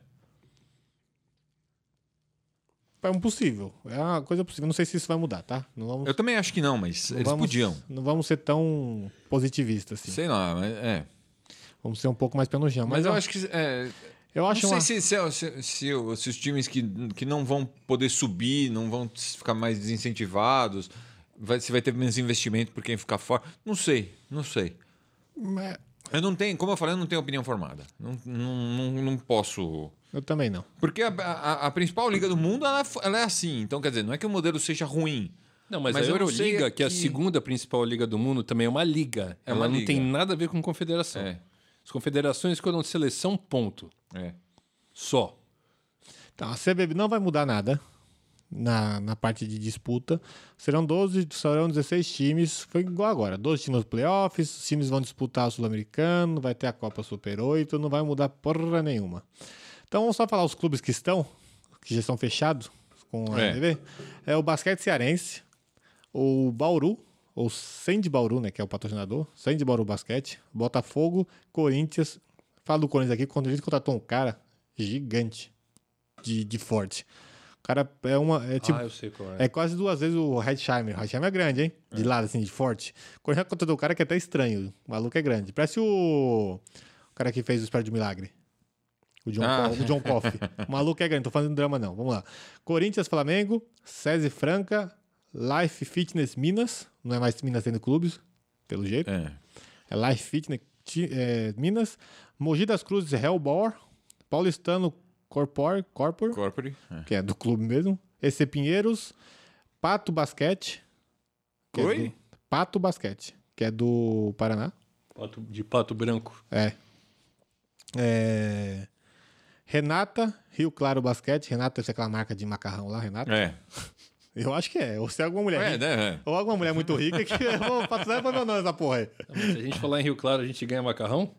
É impossível. É uma coisa possível. Não sei se isso vai mudar, tá? Não vamos, Eu também acho que não, mas não eles vamos- podiam. Não vamos ser tão positivistas assim. Sei lá, mas, é. Vamos ser um pouco mais pé no chão. Mas, eu acho que. é, eu acho não uma- sei se, se, se- se o- se os times que, que não vão poder subir, não vão ficar mais desincentivados, vai, se vai ter menos investimento por quem ficar fora. Não sei, não sei. Mas Eu não tenho, como eu falei, eu não tenho opinião formada. Não, não, não, não posso. Eu também não. Porque a, a- a principal liga do mundo ela, ela é assim. Então, quer dizer, não é que o modelo seja ruim. Não, mas, Mas a eu não sei Euroliga, que é a que- segunda principal liga do mundo, também é uma liga. É Ela uma não liga. tem nada a ver com confederação. É. As confederações foram de seleção, ponto. É. Só. Então, a CBB não vai mudar nada na, na parte de disputa. Serão 12, serão 16 times. Foi igual agora. 12 times nos playoffs, os times vão disputar o Sul-Americano, vai ter a Copa Super 8, não vai mudar porra nenhuma. Então vamos só falar os clubes que estão, que já estão fechados com a É. TV. É o Basquete Cearense, o Bauru, ou Sandy Bauru, né, que é o patrocinador, Sandy Bauru Basquete, Botafogo, Corinthians. Fala do Corinthians aqui, quando a gente contratou um cara gigante de, de forte. O cara é uma. É tipo. ah, eu sei qual é. é quase duas vezes o Redsheimer. O Redsheimer é grande, hein? De lado, assim, de forte. Quando já contratou um cara que é até estranho. O maluco é grande. Parece o. O cara que fez o Espelho do Milagre. O John, Ah. Co- o John Coffey. O maluco é grande, tô fazendo drama não. Vamos lá. Corinthians, Flamengo, SESI Franca, Life Fitness Minas. Não é mais Minas tendo clubes, pelo jeito. É. É Life Fitness ti- é, Minas, Mogi das Cruzes Hellbor, Paulistano Corpor, Corpor, Corpore. É. que é do clube mesmo, EC Pinheiros, Pato Basquete, que é Oi? do- Pato Basquete, que é do Paraná. Pato- de pato branco. É. É, Renata, Rio Claro Basquete. Renata, essa é aquela marca de macarrão lá, Renata. É. Eu acho que é. Ou se é alguma mulher. É, rica- né? É. Ou alguma mulher muito rica que eu vou patrocinar e vou meu nome nessa porra aí. Se a gente falar em Rio Claro, a gente ganha macarrão?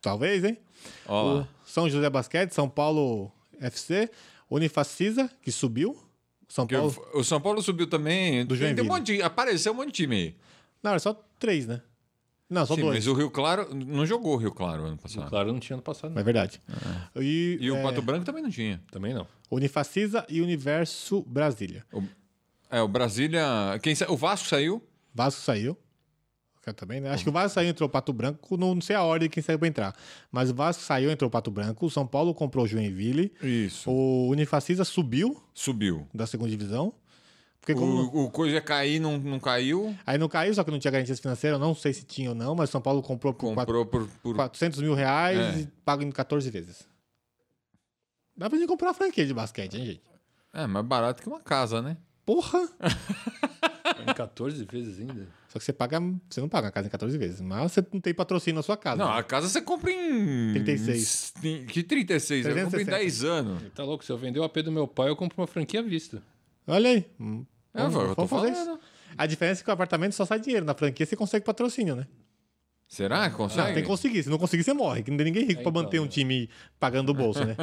Talvez, hein? Ó lá. O São José Basquete, São Paulo FC, Unifacisa, que subiu. São Porque Paulo. o, o São Paulo subiu também. Do tem, tem um Joinville. monte de, apareceu um monte de time aí. Não, era só três, né? Não, só Sim, dois. mas o Rio Claro não jogou o Rio Claro ano Rio passado. Claro não tinha ano passado, não. É verdade. E, E o é, Pato Branco também não tinha. Também não. Unifacisa e Universo Brasília. É, o Brasília. Quem sa... O Vasco saiu. Vasco saiu. Eu também, né? Acho que o Vasco saiu, entrou o Pato Branco. Não, não sei a ordem de quem saiu pra entrar. Mas o Vasco saiu, entrou o Pato Branco. O São Paulo comprou o Joinville. Isso. O Unifacisa subiu Subiu. da segunda divisão. Porque como- O, o coisa cair, não, não caiu. Aí não caiu, só que não tinha garantias financeiras, eu não sei se tinha ou não, mas o São Paulo comprou por quatro- Comprou por. por- 400 mil reais É. e paga em 14 vezes. Dá pra gente comprar uma franquia de basquete, hein, gente? É, mais barato que uma casa, né? Porra! Em 14 vezes ainda. Só que você paga. Você não paga a casa em 14 vezes, mas você não tem patrocínio na sua casa. Não, a casa você compra em. 36. Em- Que 36? Eu compro em 360. 10 anos. Tá louco, se eu vender o AP do meu pai, eu compro uma franquia à vista. Olha aí. Hum, É, eu tô falando. A diferença é que o apartamento só sai dinheiro. Na franquia você consegue patrocínio, né? Será que Não, consegue? Ah, tem que conseguir. Se não conseguir, você morre. Que não tem ninguém rico É, pra então, manter um né? time pagando o bolso, né?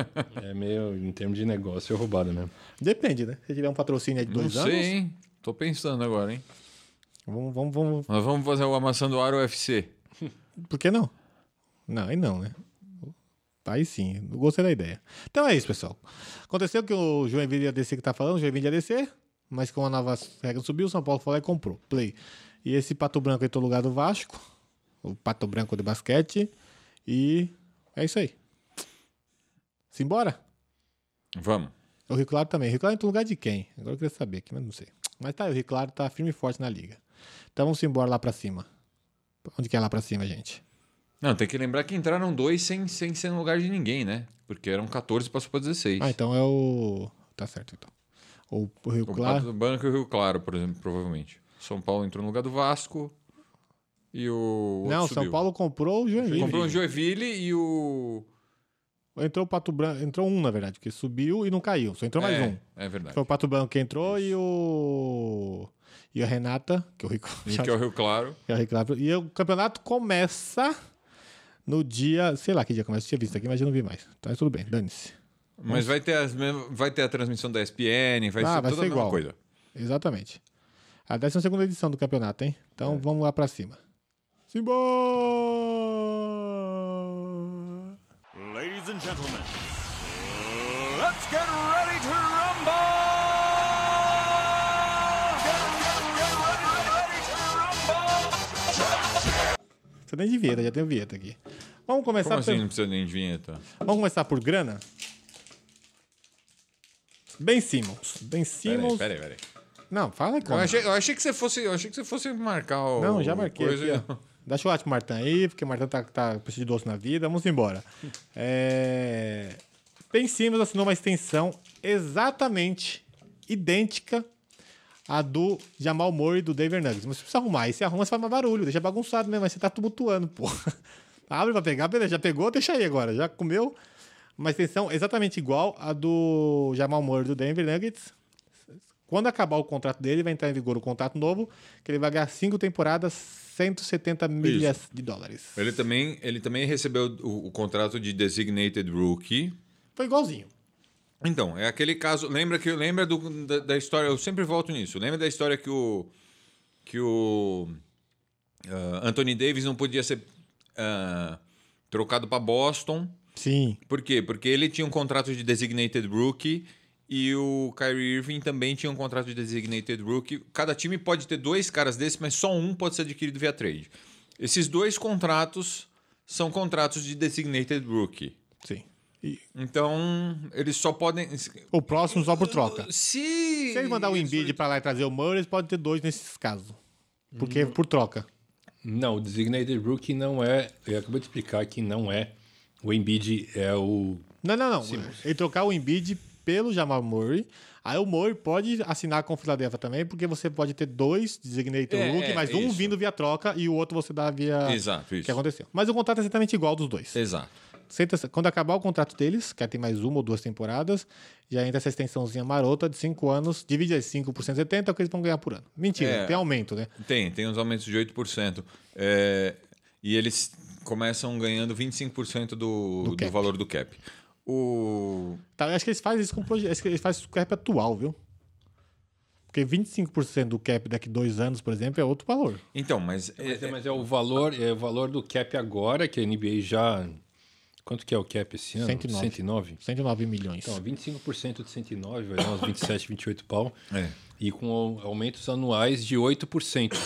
É meio, em termos de negócio, é roubado mesmo. Depende, né? Se tiver um patrocínio aí de Não dois sei, anos. hein? Tô pensando agora, hein? Vamos, vamos, vamos. Nós vamos fazer o Amassando Ar UFC. Por que não? Não, aí não, né? Tá Aí sim, eu gostei da ideia. Então é isso, pessoal. Aconteceu que o Joinville ia descer que tá falando, o Joinville ia descer, mas com a nova regra subiu, o São Paulo foi lá e comprou. Play. E esse Pato Branco entrou no lugar do Vasco, o Pato Branco de basquete, e é isso aí. Simbora? Vamos. O Rio Claro também. O Rio Claro entrou no lugar de quem? Agora eu queria saber aqui, mas não sei. Mas tá, aí, o Rio Claro tá firme e forte na liga. Então vamos embora lá pra cima. Onde que é lá pra cima, gente? Não, tem que lembrar que entraram dois sem, sem ser no lugar de ninguém, né? Porque eram 14 e passou pra 16. Ah, então é o. Tá certo, então. O, o Rio O Pato Claro. do Banco e o Rio Claro, por exemplo, provavelmente. São Paulo entrou no lugar do Vasco e o. outro Não, subiu. São Paulo comprou o Joinville. Comprou o Joinville e o. Entrou o Pato Branco. Entrou um, na verdade, porque subiu e não caiu. Só entrou mais é, um. É verdade. Foi o Pato Branco que entrou e o. E a Renata, que é o Rico. E que é o Rio Claro. que é o Rio Claro. E o campeonato começa no dia. Sei lá que dia começa. Eu tinha visto aqui, mas eu não vi mais. Então é tudo bem, dane-se. Mas vai ter, as, mesmas- vai ter a transmissão da ESPN, vai Ah, vai ser toda ser a mesma igual. coisa. Exatamente. A 12 edição do campeonato, hein? É. Então vamos lá pra cima. Simbora! Ladies and gentlemen, let's get ready to rumble! Get, get, get ready, ready to rumble! Você nem de vinheta, já tem vinheta aqui. Vamos começar, Como assim pelo- não precisa nem de vinheta? vamos começar por grana? Ben Simmons. Ben Peraí, Simmons. peraí, peraí. Não, fala Eu como. achei, eu achei que você fosse, eu achei que você fosse marcar o. Não, já marquei coisa aqui, e- ó. Dá chocolate pro Martã aí, porque o Martã tá, tá precisa de doce na vida. Vamos embora. É... Ben Simmons assinou uma extensão exatamente idêntica à do Jamal Murray e do Denver Nuggets. Mas você precisa arrumar. Aí você arruma, você faz mais barulho. Deixa bagunçado mesmo. Aí você tá tumultuando, porra. Abre pra pegar, beleza. Já pegou, deixa aí agora. Já comeu. Uma extensão exatamente igual à do Jamal Murray e do Denver Nuggets. Quando acabar o contrato dele, vai entrar em vigor o contrato novo, que ele vai ganhar cinco temporadas, 170 milhas de dólares. Ele também, ele também recebeu o, o contrato de designated rookie. Foi igualzinho. Então, é aquele caso. Lembra que lembra do- da, da história? Eu sempre volto nisso. Lembra da história que o que o ah, Anthony Davis não podia ser ah, trocado para Boston? Sim. Por quê? Porque ele tinha um contrato de designated rookie e o Kyrie Irving também tinha um contrato de designated rookie. Cada time pode ter dois caras desses, mas só um pode ser adquirido via trade. Esses dois contratos são contratos de designated rookie. Sim. E Então, eles só podem o próximo só por troca. se. Se ele mandar o Embiid pra lá e trazer o Murray, eles podem ter dois nesses casos. Porque é por troca. Não, o Designated Rookie não é. Eu acabei de explicar que não é. O Embiid é o. Não, não, não. Ele trocar o Embiid pelo Jamal Murray. Aí o Murray pode assinar com o Philadelphia também, porque você pode ter dois designated É, rookie, é, mas um isso. vindo via troca e o outro você dá via... Exato, Que isso. aconteceu. Mas o contrato é exatamente igual dos dois. Exato. Senta- Quando acabar o contrato deles, que aí tem mais uma ou duas temporadas, já entra essa extensãozinha marota de 5 anos, divide as 5 por 170, é o que eles vão ganhar por ano. Mentira, É. tem aumento, né? Tem, tem uns aumentos de 8%. É, e eles começam ganhando 25% do, do, cap. valor do cap. O. Tá, eu acho que eles fazem isso com o projeto, acho que eles fazem isso com o cap atual, viu? Porque 25% do cap daqui dois anos, por exemplo, é outro valor. Então, mas. Mas é, é- mas é o valor, é o valor do cap agora, que a NBA já. Quanto que é o cap esse ano? 109. 109? 109 milhões. Então, 25% de 109 vai dar uns 27, 28 pau. É. E com au- aumentos anuais de 8%.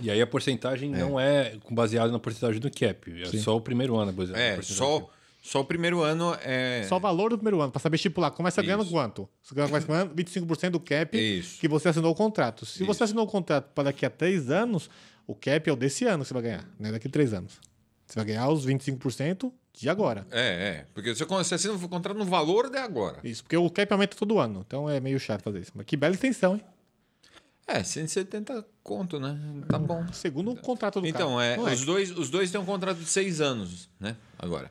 e aí a Tá, porcentagem não é baseada na porcentagem do cap. É só o primeiro ano. É, só. Só o primeiro ano é. Só o valor do primeiro ano, pra saber estipular. Começa ganhando Isso. quanto? Você ganha- começa ganhando 25% do cap Isso. que você assinou o contrato. Se Isso. você assinou o contrato para daqui a três anos, o cap é o desse ano que você vai ganhar, não é daqui a três anos. Você vai ganhar os 25% de agora. É, é. Porque você, você assina o contrato no valor de agora. Isso, porque o cap aumenta todo ano, então é meio chato fazer isso. Mas que bela extensão, hein? É, 170 conto, né? Tá bom. Segundo o contrato do Então, cara. é, é Não é. os, dois, os dois têm um contrato de seis anos, né? Agora.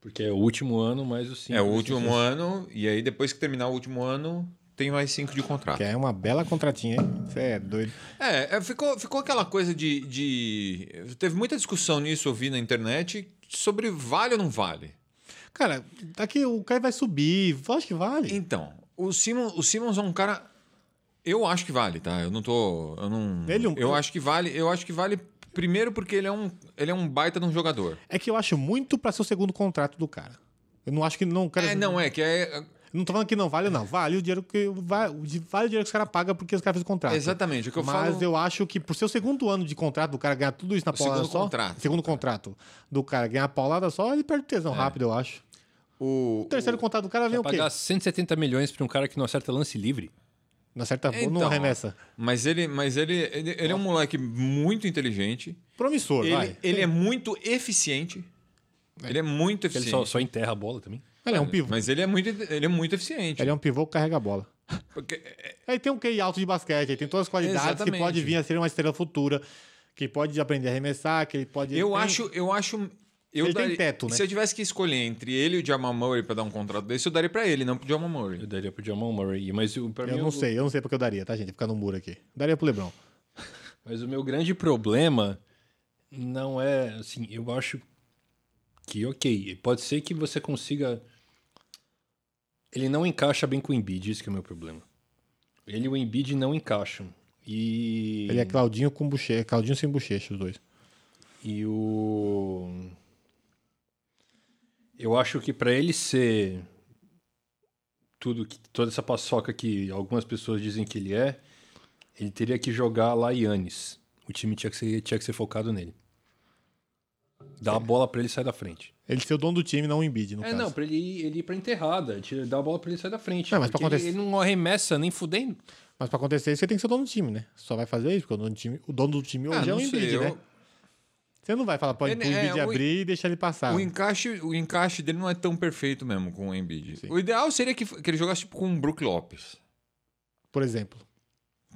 Porque é o último ano, mais o cinco. é o último ano, e aí depois que terminar o último ano, tem mais cinco de contrato. Que é uma bela contratinha, hein? Você é doido. É, é, ficou, ficou aquela coisa de, de- Teve muita discussão nisso, eu vi na internet, sobre vale ou não vale. Cara, daqui o cara vai subir, acho que vale. Então, o, Simon, o Simmons é um cara. Eu acho que vale, tá? Eu não tô. Eu não. Ele é um- eu acho que vale. Eu acho que vale primeiro porque ele é um, ele é um baita de um jogador. É que eu acho muito pra ser o segundo contrato do cara. Eu não acho que não, o cara. É, não, é que é. Eu Não tô falando que não vale, não. Vale o dinheiro que. Vale, vale o dinheiro que os caras pagam porque os caras fez o contrato. é, Exatamente, o que eu Mas falo. eu acho que por ser o segundo ano de contrato do cara ganhar tudo isso na paulada segundo só. contrato. é. Segundo contrato do cara ganhar a paulada só, ele perde o tesão rápido, eu acho. O, O terceiro contrato do cara vem É o quê? Pagar 170 milhões pra um cara que não acerta lance livre. Na certa não Então, arremessa. Mas ele, mas ele, ele, ele é um moleque muito inteligente. Promissor, Ele, vai. ele é muito eficiente. Ele é muito Ele eficiente. só, só enterra a bola também. Ele é um pivô. Mas ele é muito, ele é muito eficiente. Ele é um pivô que carrega a bola. Porque- Ele tem um QI alto de basquete, ele tem todas as qualidades que Exatamente. pode vir a ser uma estrela futura, que pode aprender a arremessar, que ele pode. eu ele tem- acho, eu acho. Eu Ele tem teto, né? Se eu tivesse que escolher entre ele e o Jamal Murray pra dar um contrato desse, eu daria pra ele, não pro Jamal Eu Murray. daria pro Jamal Murray. Mas o, pra Eu mim, não o- sei, eu não sei porque eu daria, tá, gente? Ficar no muro aqui. Daria pro Lebron. Mas o meu grande problema não é, assim, eu acho que ok, pode ser que você consiga ele não encaixa bem com o Embiid, isso que é o meu problema. Ele e o Embiid não encaixam. E Ele é Claudinho com bochecha, Claudinho sem bochecha, os dois. e o eu acho que pra ele ser tudo que toda essa paçoca que algumas pessoas dizem que ele é, ele teria que jogar lá Yannis. O time tinha que ser, tinha que ser focado nele. Dá a bola pra ele e sai da frente. Ele ser o dono do time, não o Embiid, no é, caso. não, pra ele ir, ele ir pra enterrada. Tira, dá a bola pra ele e sai da frente. É, mas pra Porque acontecer- ele, ele não arremessa nem fudendo. Mas pra acontecer isso, você tem que ser o dono do time, né? Só vai fazer isso, porque o dono do time, o dono do time hoje é o Embiid, Ah, eu- né? Você não vai falar pra, Ele- pro Embiid é, o- abrir e deixar ele passar. O encaixe, o encaixe dele não é tão perfeito mesmo com o Embiid. O ideal seria que, que ele jogasse tipo, com o Brook Lopes. Por exemplo.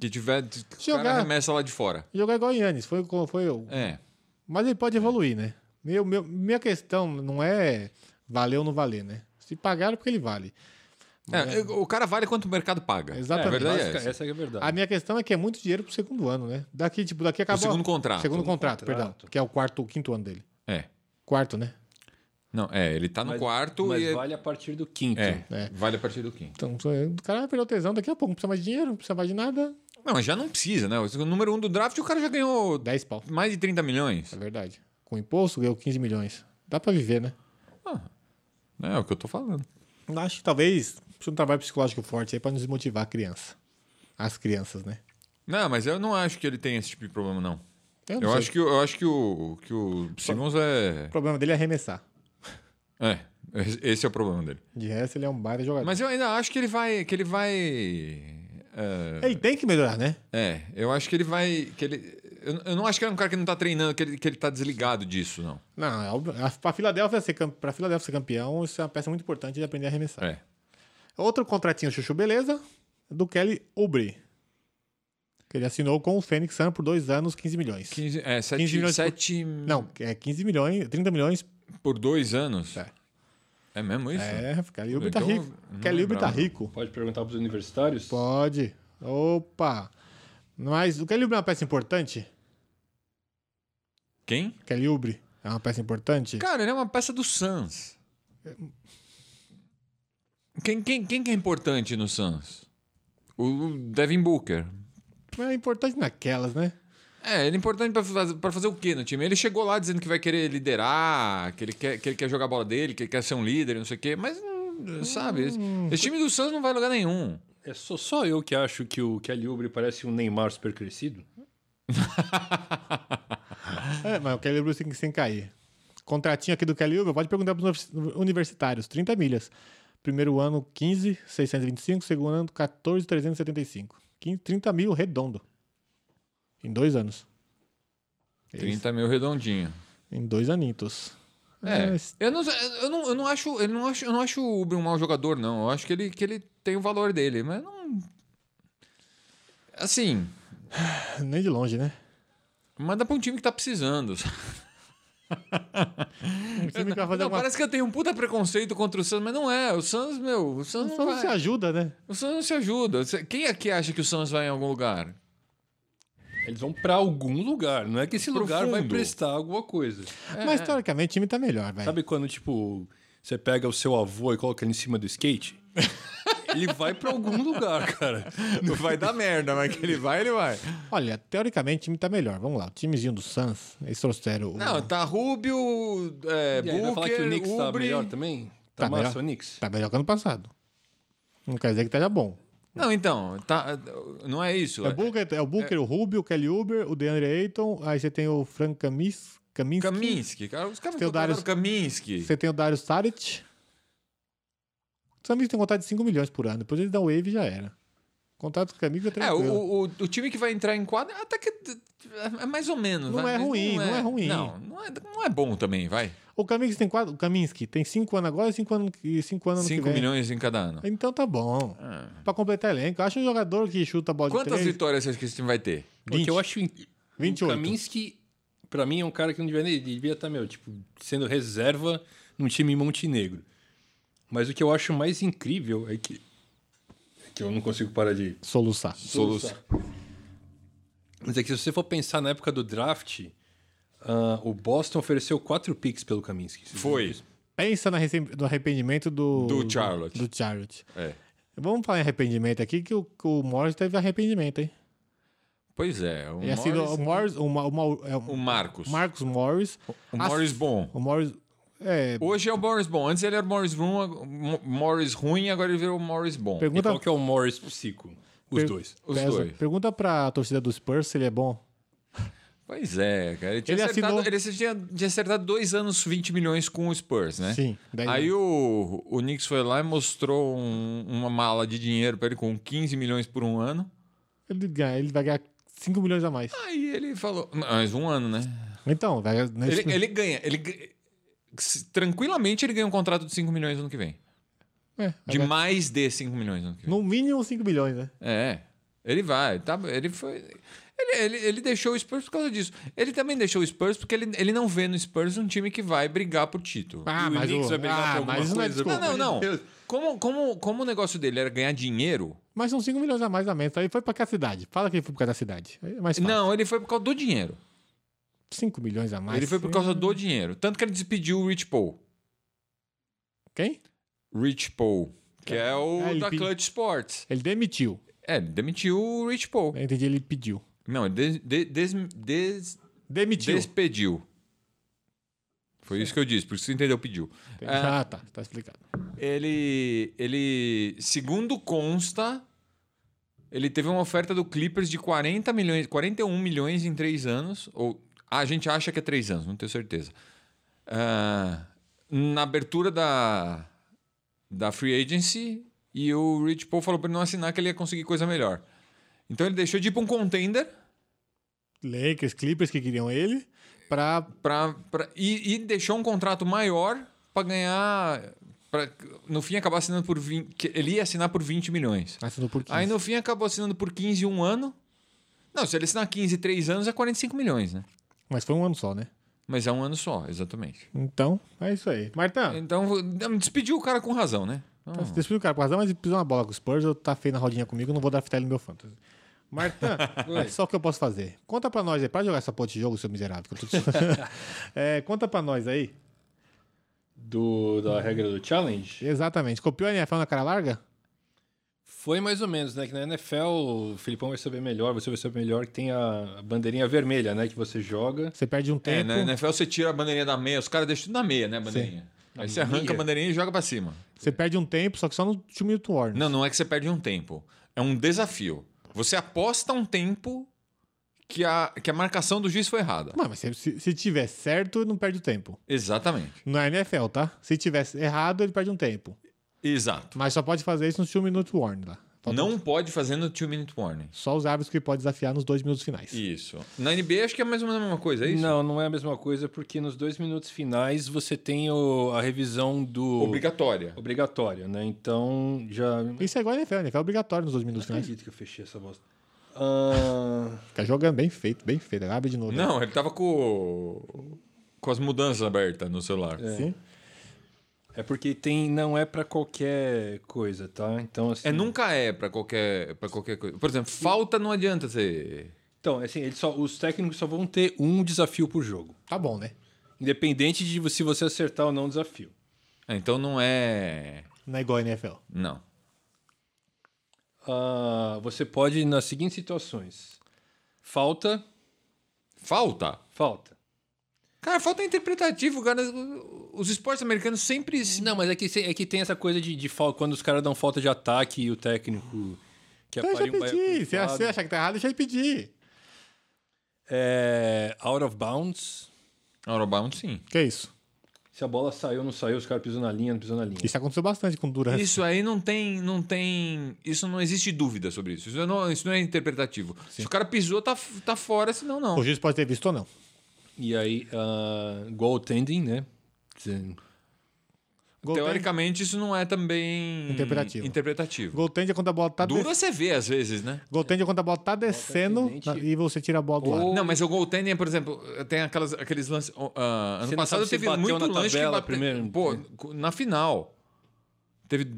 Que tiver. O Jogar. cara arremessa lá de fora. Jogar igual o Yannis, foi, foi o É. Mas ele pode evoluir, né? Meu, meu- minha questão não é valer ou não valer, né? Se pagar é porque ele vale. É, o cara vale quanto o mercado paga. Exatamente. A verdade é Básica- essa. essa é a verdade. A minha questão é que é muito dinheiro pro segundo ano, né? Daqui, tipo, daqui acabou. segundo contrato. Segundo contrato, Contrato. perdão. Que é o quarto, o quinto ano dele. É. Quarto, né? Não, é, ele tá no Mas- quarto mas e. vale a partir do quinto. É, É. vale a partir do quinto. Então, o cara vai perder o tesão daqui a pouco. Não precisa mais de dinheiro, não precisa mais de nada. Não, mas já não precisa, né? O número um do draft, o cara já ganhou 10 pau. mais de 30 milhões. É verdade. Com imposto, ganhou 15 milhões. Dá pra viver, né? É, é o que eu tô falando. Acho que talvez precisa de um trabalho psicológico forte aí pra nos motivar a criança. As crianças, né? Não, mas eu não acho que ele tem esse tipo de problema, não. Eu, Eu acho que, o- eu acho que o, que o Simmons é, O problema dele é arremessar. é. Esse é o problema dele. De resto, ele é um baita jogador. Mas eu ainda acho que ele vai. Que ele vai. é, Ele tem que melhorar, né? é, eu acho que ele vai. Que ele, eu, eu não acho que ele é um cara que não tá treinando, que ele, que ele tá desligado disso, não. Não, é óbvio. A- pra Filadélfia ser, cam- pra Filadélfia ser campeão, isso é uma peça muito importante de aprender a arremessar. É. Outro contratinho chuchu beleza do Kelly Oubre. Que ele assinou com o Phoenix Sun por dois anos, 15 milhões. 15, é, 7, 15 milhões por- Não, é 15 milhões, 30 milhões. por dois anos. É. É, mesmo isso? É, Kelly Oubre tá Então, rico. não Kelly Oubre tá lembrava. rico. Pode perguntar pros universitários? Pode. Opa. Mas o Kelly Oubre é uma peça importante? Quem? Kelly Oubre é uma peça importante? Cara, ele é uma peça do Suns. Quem, quem, quem que é importante no Suns? O Devin Booker. Mas é importante naquelas, né? É, ele é importante pra fazer, pra fazer o quê no time? Ele chegou lá dizendo que vai querer liderar, que ele quer, que ele quer jogar a bola dele, que ele quer ser um líder, não sei o quê, mas, hum, sabe, esse, esse time do Suns não vai a lugar nenhum. É só, só eu que acho que o Kelly Oubre parece um Neymar super crescido. É, mas o Kelly Oubre tem que sem cair. Contratinho aqui do Kelly Uber, pode perguntar para os universitários. 30 milhas. Primeiro ano, 15, 625. Segundo ano, 14, 375. 15, 30 mil redondo. Em dois anos. É isso. 30 mil redondinho. Em dois anitos. É. mas- Eu não, eu não, eu não acho, eu não acho, eu não acho o Uber um mau jogador não. Eu acho que ele, que ele tem o valor dele, mas não assim, nem de longe, né? manda pra um time que tá precisando. sabe? Um time que vai fazer Não, alguma parece que eu tenho um puta preconceito contra o Santos, mas não é. O Santos, meu, o Santos não, Só não vai. se ajuda, né? O Santos não se ajuda. Você- Quem aqui acha que o Santos vai em algum lugar? Eles vão pra algum lugar. Não é que esse lugar vai Profundo. prestar alguma coisa. É, Mas, teoricamente, o time tá melhor, velho. Sabe quando, tipo, você pega o seu avô e coloca ele em cima do skate? ele vai pra algum lugar, cara. Não vai dar merda, mas que ele vai, ele vai. Olha, teoricamente o time tá melhor. Vamos lá, o timezinho do Suns, eles trouxeram o... Não, tá Rubio, é, E aí, vai falar que o Booker, Knicks tá Ubre. melhor também? Tá, Tá massa melhor. o Knicks? Tá melhor que ano passado. Não quer dizer que esteja bom. Não, então, tá, não é isso. É o Booker, é o, Booker o Rubio, o Kelly Uber, o DeAndre Ayton, aí você tem o Frank Kamis, Kaminsky, Kaminsky, cara, os caras Teodário- contrataram Kaminsky. você tem o Dario Saric. Os amigos têm contrato de 5 milhões por ano, depois eles dão wave e já era. Contrato com o Kaminsky é É, tranquilo. o, o, o time que vai entrar em quadra até que é mais ou menos. Não vai, é mas ruim, não é ruim. Não, não é, não é bom também, vai. O Kaminsky tem quatro, o Kaminsky tem 5 anos agora e 5 anos, e cinco anos ano que 5 vem. milhões em cada ano. Então tá bom. Pra completar elenco, eu acho um jogador que chuta a bola Ah. Quantas de 3, vitórias você acha que esse time vai ter? Porque eu acho in- 28. O Um Kaminsky, pra mim, é um cara que não devia nem- devia estar, meu, tipo, sendo reserva num time em Montenegro. Mas o que eu acho mais incrível é que. é que eu não consigo parar de. soluçar. Soluço. Mas é que se você for pensar na época do draft, ah, o Boston ofereceu quatro picks pelo Kaminsky. Vocês viram Foi. isso? Pensa na recem- no arrependimento do. Do Charlotte. Do Charlotte. É. Vamos falar em arrependimento aqui, que o, que o Morris teve arrependimento, hein? Pois é. O Ele Morris, assinou assim, o Morris. O, Ma- o, Ma- é, o o Marcos. Marcos Morris. O Morris bom. O Morris. É, Hoje é o Morris bom. Antes ele era o Morris bom, ag- Mo- Morris ruim, agora ele virou o Morris bom. E pergunta, qual que é o Morris psico? Os Per- dois. Os pesa- dois. pergunta pra torcida do Spurs se ele é bom. Pois é, cara. Ele tinha, Ele acertado, assinou- ele tinha- tinha acertado dois anos 20 milhões com o Spurs, né? Sim, dez Aí anos. o, o Knicks foi lá e mostrou um- uma mala de dinheiro pra ele com 15 milhões por um ano. Ele, ganha- ele vai ganhar 5 milhões a mais. Aí ele falou. Mas um ano, né? Então, vai, né, Ele, ele ganha. Ele, g- se- tranquilamente ele ganha um contrato de 5 milhões no ano que vem. é, vai De ganhar mais de 5 milhões no ano que vem. no mínimo 5 milhões, né? É. Ele vai, tá? Ele foi. Ele, ele, ele deixou o Spurs por causa disso. Ele também deixou o Spurs porque ele, ele não vê no Spurs um time que vai brigar por título. Ah, E o mas Knicks o- vai brigar ah, por alguma mas isso não é coisa? né? desculpa. Não, não, Meu não. Deus. Como, como, como o negócio dele era ganhar dinheiro. Mas são 5 milhões a mais a menos. Aí foi pra cada cidade. Fala que ele foi pra cada cidade. É mais fácil. Não, ele foi por causa do dinheiro. 5 milhões a mais. ele foi por causa do dinheiro. Tanto que ele despediu o Rich Paul. Quem? Rich Paul, que é o Ah, ele da pe- Clutch Sports. Ele demitiu. É, ele demitiu o Rich Paul. Eu entendi, ele pediu. Não, ele des- des- des- Demitiu. despediu. Foi isso que eu disse, por isso você entendeu, pediu. É, Ah, tá. Tá explicado. ele, ele, segundo consta, ele teve uma oferta do Clippers de 40 milhões, 41 milhões em três anos. Ou a gente acha que é três anos, não tenho certeza. Ah, na abertura da, da free agency, e o Rich Paul falou para não assinar que ele ia conseguir coisa melhor. Então ele deixou de ir para um contender. Lakers, Clippers que queriam ele pra pra, pra- e, e deixou um contrato maior pra ganhar. Pra, no fim, acabar assinando por 20. que Ele ia assinar por 20 milhões. assinou por 15. Aí no fim, acabou assinando por 15 um ano. Não, se ele assinar 15 três anos, é 45 milhões, né? Mas foi um ano só, né? Mas é um ano só, exatamente. Então, é isso aí. Martão, Então, vou- despediu o cara com razão, né? Então, tá, se despediu o cara por razão, mas ele pisou uma bola com o Spurs, eu tá feio na rodinha comigo, eu não vou draftar ele no meu fantasy. Martã, só o que eu posso fazer. Conta pra nós aí, para jogar essa porra de jogo, seu miserável. que eu tô te- É, conta pra nós aí. Do, da regra do challenge? Exatamente. Copiou a NFL na cara larga? Foi mais ou menos, né? Que na NFL, o Filipão vai saber melhor, você vai saber melhor que tem a a bandeirinha vermelha, né? Que você joga. Você perde um é, tempo. na NFL você tira a bandeirinha da meia, os caras deixam tudo na meia, né, a bandeirinha? Aí você arranca a bandeirinha e joga pra cima. Você perde um tempo, só que só no Two Minute Warning. Não, não é que você perde um tempo. É um desafio. Você aposta um tempo que a, que a marcação do juiz foi errada. Mas, mas se, se, se tiver certo, não perde o tempo. Exatamente. Na NFL, tá? Se tivesse errado, ele perde um tempo. Exato. Mas só pode fazer isso no 2 minute warning lá. Falta Não pode fazer no two minute warning. Só os árbitros que pode desafiar nos dois minutos finais. Isso. Na NBA acho que é mais ou menos a mesma coisa, é isso? Não, não é a mesma coisa, porque nos dois minutos finais você tem o- a revisão do. Obrigatória. Obrigatório, né? Então já. Isso é igual a NFL, a NFL é obrigatório nos dois minutos finais. acredito que eu fechei essa bosta. Ah, Fica jogando bem feito, bem feito. Abre de novo. né? Não, ele tava com, com as mudanças abertas no celular. É, Sim. é porque tem. Não é pra qualquer coisa, tá? Então, assim. nunca é pra qualquer, pra qualquer coisa. Por exemplo, falta não adianta ser. Então, assim, eles só, os técnicos só vão ter um desafio por jogo. Tá bom, né? Independente de se você acertar ou não o desafio. Ah, Então não é. Não é igual a NFL. Não. Ah, você pode, nas seguintes situações: falta, Falta. falta. Cara, falta é interpretativo, cara. Os esportes americanos sempre. se- Não, mas é que, se- é que tem essa coisa de, de falta, quando os caras dão falta de ataque e o técnico. Que Deixa pariu, um ele pedir. Se pariu, você achar que tá errado, deixa ele pedir. É, out of bounds. Out of bounds, é sim. Que é isso? Se a bola saiu ou não saiu, os caras pisam na linha, não pisam na linha. Isso aconteceu bastante com o Durant. Isso aí não tem, não tem. Isso não existe dúvida sobre isso. Isso não, isso não é interpretativo. Se o cara pisou, tá, tá fora, senão não. O juiz pode ter visto ou não. E aí, ah, goaltending, né? Sim. Gol Teoricamente, isso não é também. Interpretativo. interpretativo. Goltende é quando a bola tá Dura descendo. você vê às vezes, né? Goltende é quando a bola tá descendo tendente. na- e você tira a bola do ar. Não, mas o goaltending, por exemplo, tem aquelas, aqueles lances. ó, ah, Você ano não sabe passado se teve bateu muito na lance que tabela bateu. primeiro. Pô, cu- na final. Teve,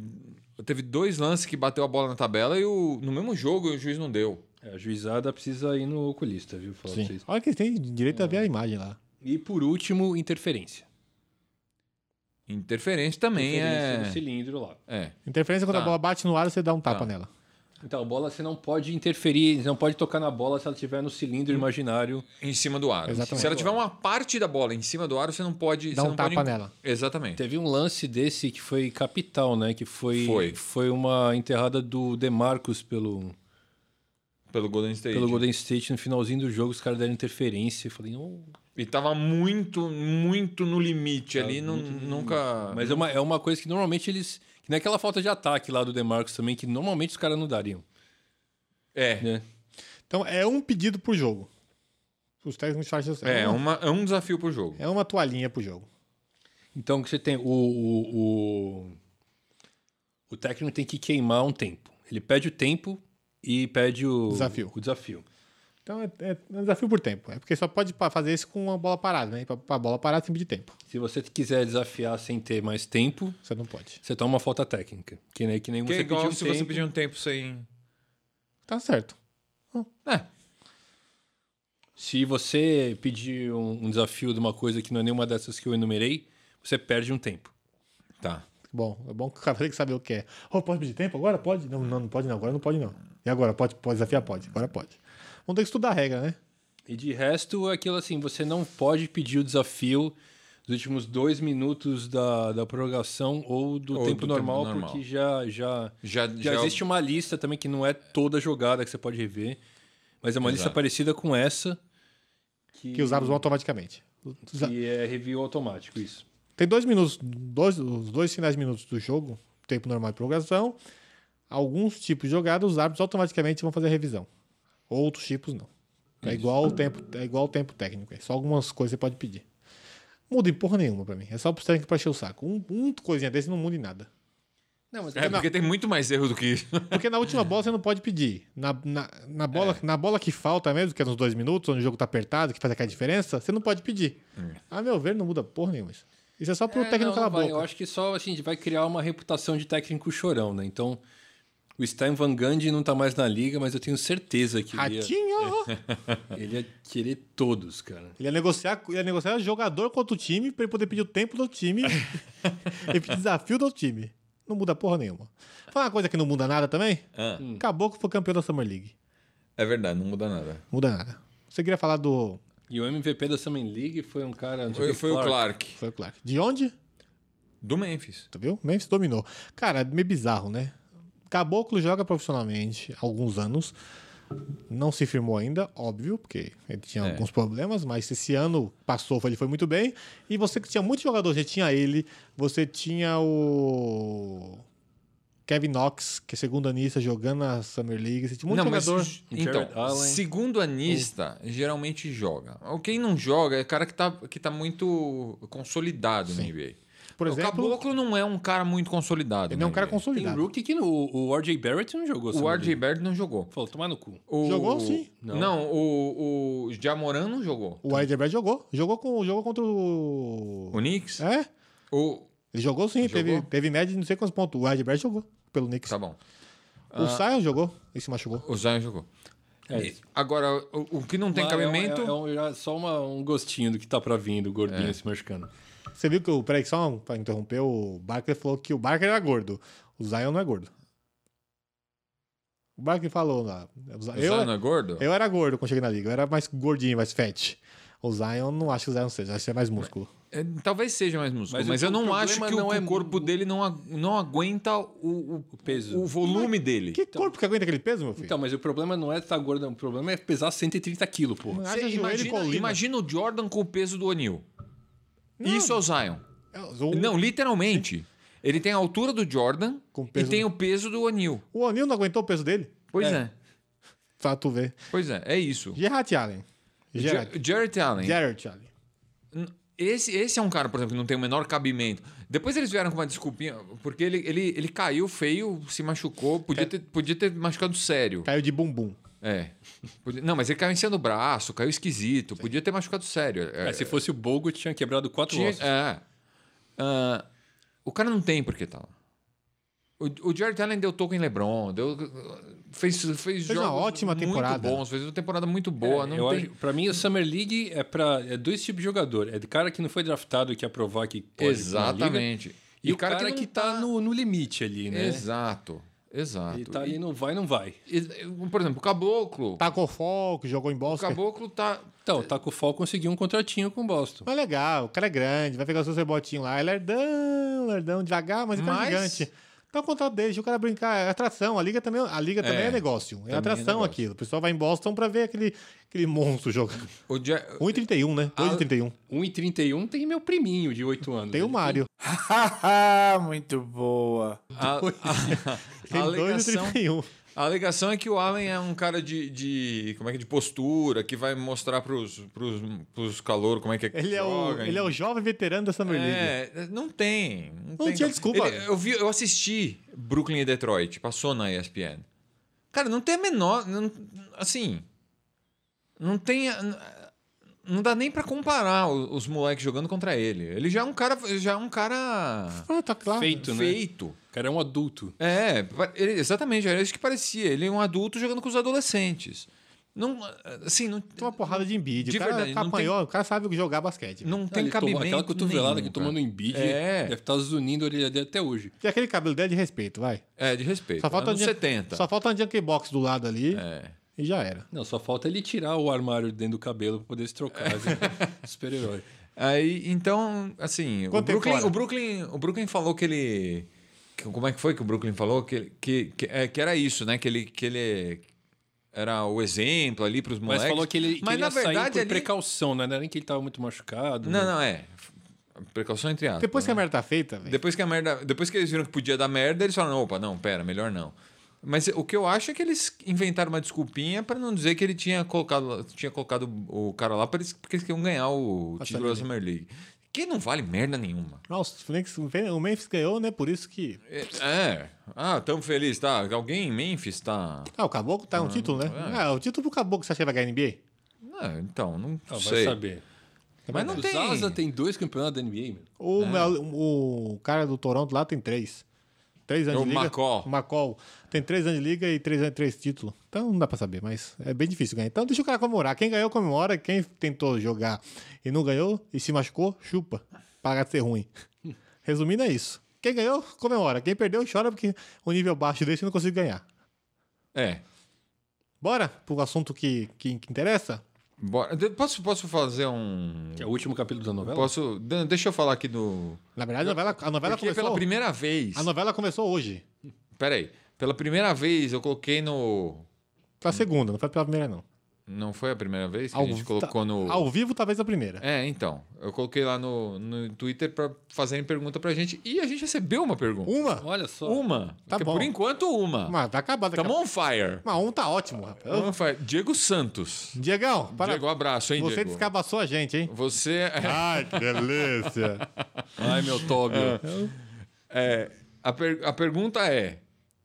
teve dois lances que bateu a bola na tabela e o, no mesmo jogo o juiz não deu. É, a juizada precisa ir no oculista, viu? Falar pra Sim. vocês. Olha que eles têm direito a ver a imagem lá. E por último, interferência. Interferência também Interferência do é. cilindro lá. É. Interferência é quando Tá. a bola bate no ar, você dá um tapa Tá. nela. Então, a bola você não pode interferir, você não pode tocar na bola se ela estiver no cilindro imaginário. Em cima do aro. Exatamente. Se ela tiver uma parte da bola em cima do aro, você não pode. Dá você um não tapa pode... nela. Exatamente. Teve um lance desse que foi capital, né? Que foi, Foi. uma enterrada do Demarcus pelo, Pelo Golden State. pelo Golden State no finalzinho do jogo, os caras deram interferência. Eu falei, "Oh, E tava muito, muito no limite ali. Não, nunca. Mas é uma, é uma coisa que normalmente eles. Que nem aquela falta de ataque lá do Demarcus também, que normalmente os caras não dariam. É. Né? Então é um pedido por jogo. Os técnicos fazem isso. É, uma- uma, é um desafio pro jogo. é uma toalhinha pro jogo. Então que você tem. O, o, o, o técnico tem que queimar um tempo. Ele pede o tempo e pede o Desafio. O desafio. Então é, é um desafio por tempo. É porque só pode pa- fazer isso com uma bola parada, né? E Pra, pra bola parada tem que pedir tempo. Se você quiser desafiar sem ter mais tempo, Você não pode. você toma uma falta técnica. Que nem, que nem Que é você igual pediu um se tempo. você pedir um tempo sem. Tá certo. É. Se você pedir um, um desafio de uma coisa que não é nenhuma dessas que eu enumerei, você perde um tempo. Tá. Bom, é bom que o cara tem que saber o que é. Oh, pode pedir tempo agora? Pode? Não, não, não pode não. Agora não pode não. E agora? Pode, pode desafiar? Pode. Agora pode. Vamos ter que estudar a regra, né? E de resto, é aquilo assim, você não pode pedir o desafio dos últimos dois minutos da, da prorrogação ou do Ou tempo do normal, tempo normal. porque já, já, Já, é um já existe uma lista também que não é toda jogada que você pode rever, mas é uma lista Exato. parecida com essa que, Que os árbitros vão automaticamente. Os- que é review automático, isso. Tem dois minutos, dois, os dois finais de minutos do jogo, tempo normal de prorrogação. Alguns tipos de jogada, os árbitros automaticamente vão fazer a revisão. Outros tipos não. É igual o tempo, é igual o tempo técnico. É só algumas coisas que você pode pedir. Muda em porra nenhuma pra mim. É só pro técnico pra encher o saco. Um, um coisinha desse não muda em nada. Não, mas É porque tem muito mais erro do que isso. Porque na última bola você não pode pedir. Na, na, na bola, na bola que falta mesmo, que é nos dois minutos, onde o jogo tá apertado, que faz aquela diferença, você não pode pedir. A meu ver, não muda porra nenhuma isso. Isso é só pro É, técnico não, calar a não vai. Eu boca. acho que só assim, vai criar uma reputação de técnico chorão, né? Então, o Stein Van Gundy não tá mais na liga, mas eu tenho certeza que ele ia, Ratinho! ele ia querer todos, cara. Ele ia negociar, ele ia negociar jogador contra o time pra ele poder pedir o tempo do time e pedir desafio do outro time. Não muda porra nenhuma. Fala uma coisa que não muda nada também? Ah. Hum. Acabou que foi campeão da Summer League. É verdade, não muda nada. Muda nada. Você queria falar do. E o MVP da Summer League foi um cara. não sei Foi, quem, foi o Clark, Foi o Clark. De onde? do Memphis. Tu viu? Memphis é dominou. Cara, meio bizarro, né? Caboclo joga profissionalmente há alguns anos. Não se firmou ainda, óbvio, porque ele tinha É. alguns problemas, mas esse ano passou, ele foi muito bem. E você que tinha muito jogador, já tinha ele, você tinha o Kevin Knox, que é segundo anista, jogando na Summer League, você tinha muito não, mas, jogador. então, Jared Allen. segundo anista, geralmente joga. Quem não joga é cara que tá, que tá muito consolidado no NBA. Por exemplo, o Caboclo não é um cara muito consolidado. ele é um na cara NBA. Tem consolidado. rookie que no, o RJ Barrett não jogou. O sabe? RJ Barrett não jogou. Falou, tomar no cu. O- Jogou, sim. Não, não o, o Jamoran não jogou. O Ed Brad jogou. Jogou, com, jogou contra o. O Knicks? É? O... Ele jogou sim, Jogou? Teve, teve média de não sei quantos pontos. O Ed Brad jogou pelo Knicks. Tá bom. O Sion jogou e se machucou. O Zion jogou. É E isso. agora, o, o que não tem Mas é um- cabimento... É. É, é um- é só uma- um gostinho do que tá pra vir, do gordinho se machucando. Você viu que o. Peraí, só pra interromper, o Barker falou que o Barker era gordo. O Zion não é gordo. O Barker falou lá. o Zion- O Eu, Zion não é gordo? eu era gordo quando cheguei na liga. Eu era mais gordinho, mais fat. O Zion, não acho que o Zion seja. Acho que é mais músculo. É, Talvez seja mais músculo, mas, Mas o- eu o não problema acho que não o, é o corpo dele não, a- não aguenta o, o, peso. o volume dele. Que corpo que aguenta aquele peso, meu filho? Então, mas o problema não é estar gordo, não. o problema é pesar 130 quilos, pô. Não é- Você Haja joelho e imagina, colina. imagina o Jordan com o peso do O'Neal. Isso é o Zion. É, o- Não, literalmente. Ele tem a altura do Jordan Com e peso tem no- o peso do O'Neal. O O'Neal não aguentou o peso dele? Pois é. Pra tu ver. pois é, é isso. Gerard Allen. Gerard. Jar- Jarrett Allen. Gerard Allen. Esse, esse é um cara, por exemplo, que não tem o menor cabimento. Depois eles vieram com uma desculpinha, porque ele, ele, ele caiu feio, se machucou, É. podia ter, podia ter machucado sério. Caiu de bumbum. É. Podia- Não, mas ele caiu em cima do braço, caiu esquisito, podia ter machucado sério. É, se fosse o Bogo, tinha quebrado quatro Tinha- ossos. é. Ah, o cara não tem por que tá lá. O, o Jared Allen deu toco em LeBron, deu, fez, fez, fez uma ótima muito temporada. bons, fez uma temporada muito boa. É, não eu tem- acho- pra mim, o Summer League é para é dois tipos de jogador. É de cara que não foi draftado e quer provar que pode ir pra uma liga, Exatamente. E, o cara, não É. que, tá, no, no limite ali, né? Exato, exato. Ele tá ali, não vai, não vai. E- Por exemplo, o Caboclo. Tacou foco, jogou em O Boston. Caboclo tá. Então, o Taco Fall conseguiu um contratinho com o Boston. Mas legal, o cara é grande, vai pegar os seus rebotinhos lá. Ele é lerdão, lerdão, devagar, mas ele é Mas- gigante. Tá o contrato dele, deixa o cara brincar. É atração, a liga também, a liga também É, é, negócio. É é atração negócio. aquilo. O pessoal vai em Boston pra ver aquele, aquele monstro jogando. O Ja- 1,31, né? 2,31. 1,31 tem meu priminho de 8 anos. né? Tem o Ele Mário. Haha, muito boa. a, a- Tem a alegação, 2,31. a alegação é que o Allen é um cara de, de- como é que é, de postura, que vai mostrar pros, pros, pros calor como é que é que Ele é, o, joga, ele é o jovem veterano da Summer League. É, não tem. Não, tem. tinha desculpa. Ele- eu, vi, eu assisti Brooklyn e Detroit, passou na ESPN. Cara, não tem a menor. não- assim. Não tem. a- Não dá nem pra comparar o- os, moleques jogando contra ele. Ele já é um cara. Já é um cara. Ah, tá claro. Feito, né? Feito. O cara é um adulto. É, pa- ele- exatamente. Era isso que parecia. Ele é um adulto jogando com os adolescentes. Não, assim, não, Tem uma porrada de Embiid. De o cara verdade, tá não tem- apanhou, o cara sabe jogar basquete. não tem Ele tomou cabimento. aquela cotovelada nenhum, que tomou no cara. Embiid. É. Deve estar zunindo a orelha dele até hoje. E aquele cabelo dele é de respeito, vai. É, de respeito. Só falta, Anos um junk- 70. só falta um junkie box do lado ali É. e já era. Não, só falta ele tirar o armário dentro do cabelo pra poder se trocar. assim, Super-herói. Aí, então, assim, o Quanto tempo Brooklyn, fora? o Brooklyn, o Brooklyn falou que ele que- como é que foi que o Brooklyn falou que ele- que que, é, que era isso, né? Que ele que ele era o exemplo ali para os Mas moleques. falou que ele, que Mas ele na ia sair verdade por ali, precaução, né? Não era nem que ele tava muito machucado. Não, né? não é. Precaução entre aspas. Depois que né? a merda tá feita, velho. Depois que a merda, depois que eles viram que podia dar merda, eles falaram, opa, não, pera, melhor não. Mas o que eu acho é que eles inventaram uma desculpinha para não dizer que ele tinha colocado, tinha colocado o cara lá pra eles, porque eles queriam ganhar o título da Summer League. Que não vale merda nenhuma. Nossa, o, Phoenix, o Memphis ganhou, né? Por isso que. É. Ah, tão feliz, tá? Alguém em Memphis tá. Ah, o Caboclo tá um título, né? Ah, é o título pro Caboclo que você acha que vai ganhar NBA? Ah, então, não Ah, vai sei. saber. Mas não o tem. Zaza tem dois campeonatos da NBA, meu. O, o, o cara do Toronto lá tem três. Três anos O de liga. Macol. O Macol. Tem três anos de liga e três, anos- três títulos. Então não dá pra saber, mas é bem difícil ganhar. Então deixa o cara comemorar. Quem ganhou, comemora. Quem tentou jogar e não ganhou e se machucou, chupa. Para de ser ruim. Resumindo, é isso. Quem ganhou, comemora. Quem perdeu, chora porque o nível baixo desse eu não consigo ganhar. É. Bora pro assunto que, que, que interessa? Bora. De- Posso, posso fazer um. Que é o último capítulo da novela. Posso. de- Deixa eu falar aqui do. Na verdade, a novela, a novela Porque é pela começou. Ah, primeira vez. A novela começou hoje. Peraí. Pela primeira vez eu coloquei no. Pra segunda, não foi pela primeira, não. Não foi a primeira vez que Ao a gente vi- colocou tá- no. Ao vivo, talvez a primeira. É, então. Eu coloquei lá no, no Twitter pra fazerem pergunta pra gente e a gente recebeu uma pergunta. Uma? Olha só. Uma. Um Tá Que bom. Por enquanto, uma. Mas tá acabado. Tamo on fire. Mas um tá ótimo, rapaz. On fire. Diego Santos. Diegão, para... Diego, um abraço, hein, você Diego? descabaçou a gente, hein? Você. Ai, que delícia. Ai, meu Tóbio. É, a, per- a pergunta é: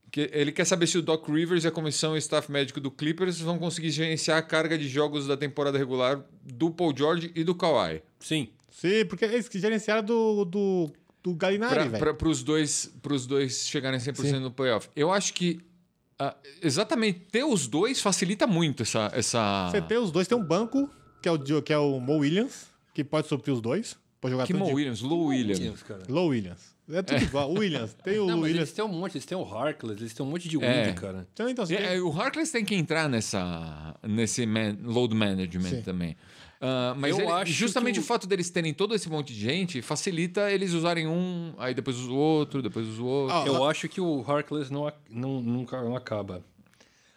que ele quer saber se o Doc Rivers e a comissão e staff médico do Clippers vão conseguir gerenciar a carga de jogos da temporada regular do Paul George e do Kawhi. Sim. Sim, porque eles que gerenciaram do, do, do Galinari, velho. Para os dois, pros dois chegarem 100% no playoff. Eu acho que ah, exatamente ter os dois facilita muito essa. essa... Você tem os dois, tem um banco, que é o, Dio- que é o Mo Williams, que pode suprir os dois. Pode jogar Que tanto Mo de- Williams, Lou Williams. cara. Low Williams. É tudo igual. Williams. Tem o Não, mas Williams. eles têm um monte, eles têm o Harkless, eles têm um monte de Wood, É. cara. Então, então, você É, tem- é, o Harkless tem que entrar nessa, nesse man- load management Sim. também. Ah, mas Eu ele- acho justamente que o... o- fato deles terem todo esse monte de gente facilita eles usarem um, aí depois usa o outro, depois usa o outro. Ah, Eu acho que o Harkless não, ac- não- nunca não acaba.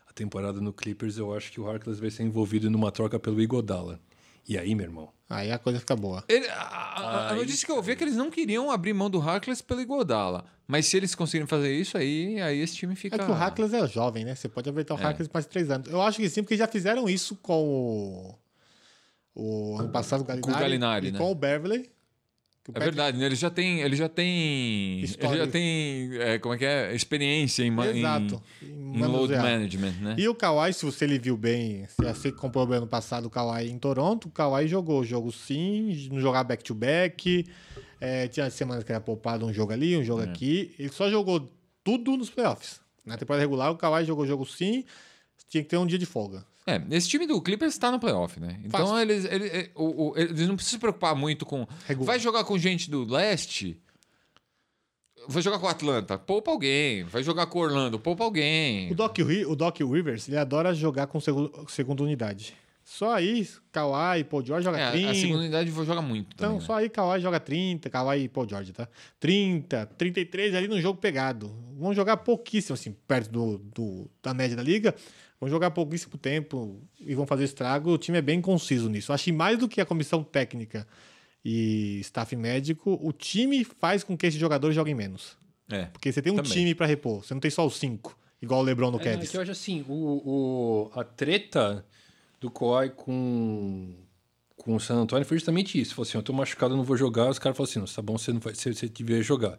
A temporada no Clippers, eu acho que o Harkless vai ser envolvido numa troca pelo Igodala. E aí, meu irmão? Aí a coisa fica boa. Ele- a- a, a notícia que eu ouvi é que eles não queriam abrir mão do Harkless pelo Igodala. Mas se eles conseguirem fazer isso, aí, aí esse time fica. É que o Hackles é jovem, né? Você pode É. aproveitar o Hackles mais três anos. Eu acho que sim, porque já fizeram isso com o. o ano passado, o Galinari. Gallinari, e né? com o Beverly. que o É Patrick- verdade, né? ele já tem, ele já tem, ele História. já tem, é, como é que é, experiência em, ma- em- Exato. Em em load manusear. management, né? E o Kawhi, se você ele viu bem, se você que comprou bem ano passado o Kawhi em Toronto, o Kawhi jogou o jogo sim, não jogava back-to-back. é, tinha semanas que era poupado um jogo ali, um É. jogo aqui. Ele só jogou tudo nos playoffs. Na temporada regular, o Kawhi jogou o jogo sim, tinha que ter um dia de folga. É, esse time do Clippers está no playoff, né? Então Fácil. eles, ele- é, o- o- eles não precisam se preocupar muito com. Regular. Vai jogar com gente do leste? Vai jogar com o Atlanta? Poupa alguém. Vai jogar com o Orlando? Poupa alguém. O Doc, Ri- o Doc Rivers, ele adora jogar com segu- segunda unidade. Só aí, Kawhi, Paul George joga É, a, 30. a segunda unidade joga muito. Então, também, né? só aí Kawhi joga 30, Kawhi e Paul George, tá? 30, 33 ali no jogo pegado. Vão jogar pouquíssimo, assim, perto do, do- da média da liga. Vão jogar pouquíssimo tempo e vão fazer estrago. O time é bem conciso nisso. Acho que mais do que a comissão técnica e staff médico, o time faz com que esses jogadores joguem menos. É. Porque você tem um Também. time pra repor, você não tem só os cinco, igual o LeBron no É, não, é Cavs. que eu acho assim, o, o- a treta do Kawhi com, com o San Antonio foi justamente isso. Falou assim, eu tô machucado, eu não vou jogar. Os caras falaram assim, não, tá bom, você não vai, você, você devia jogar.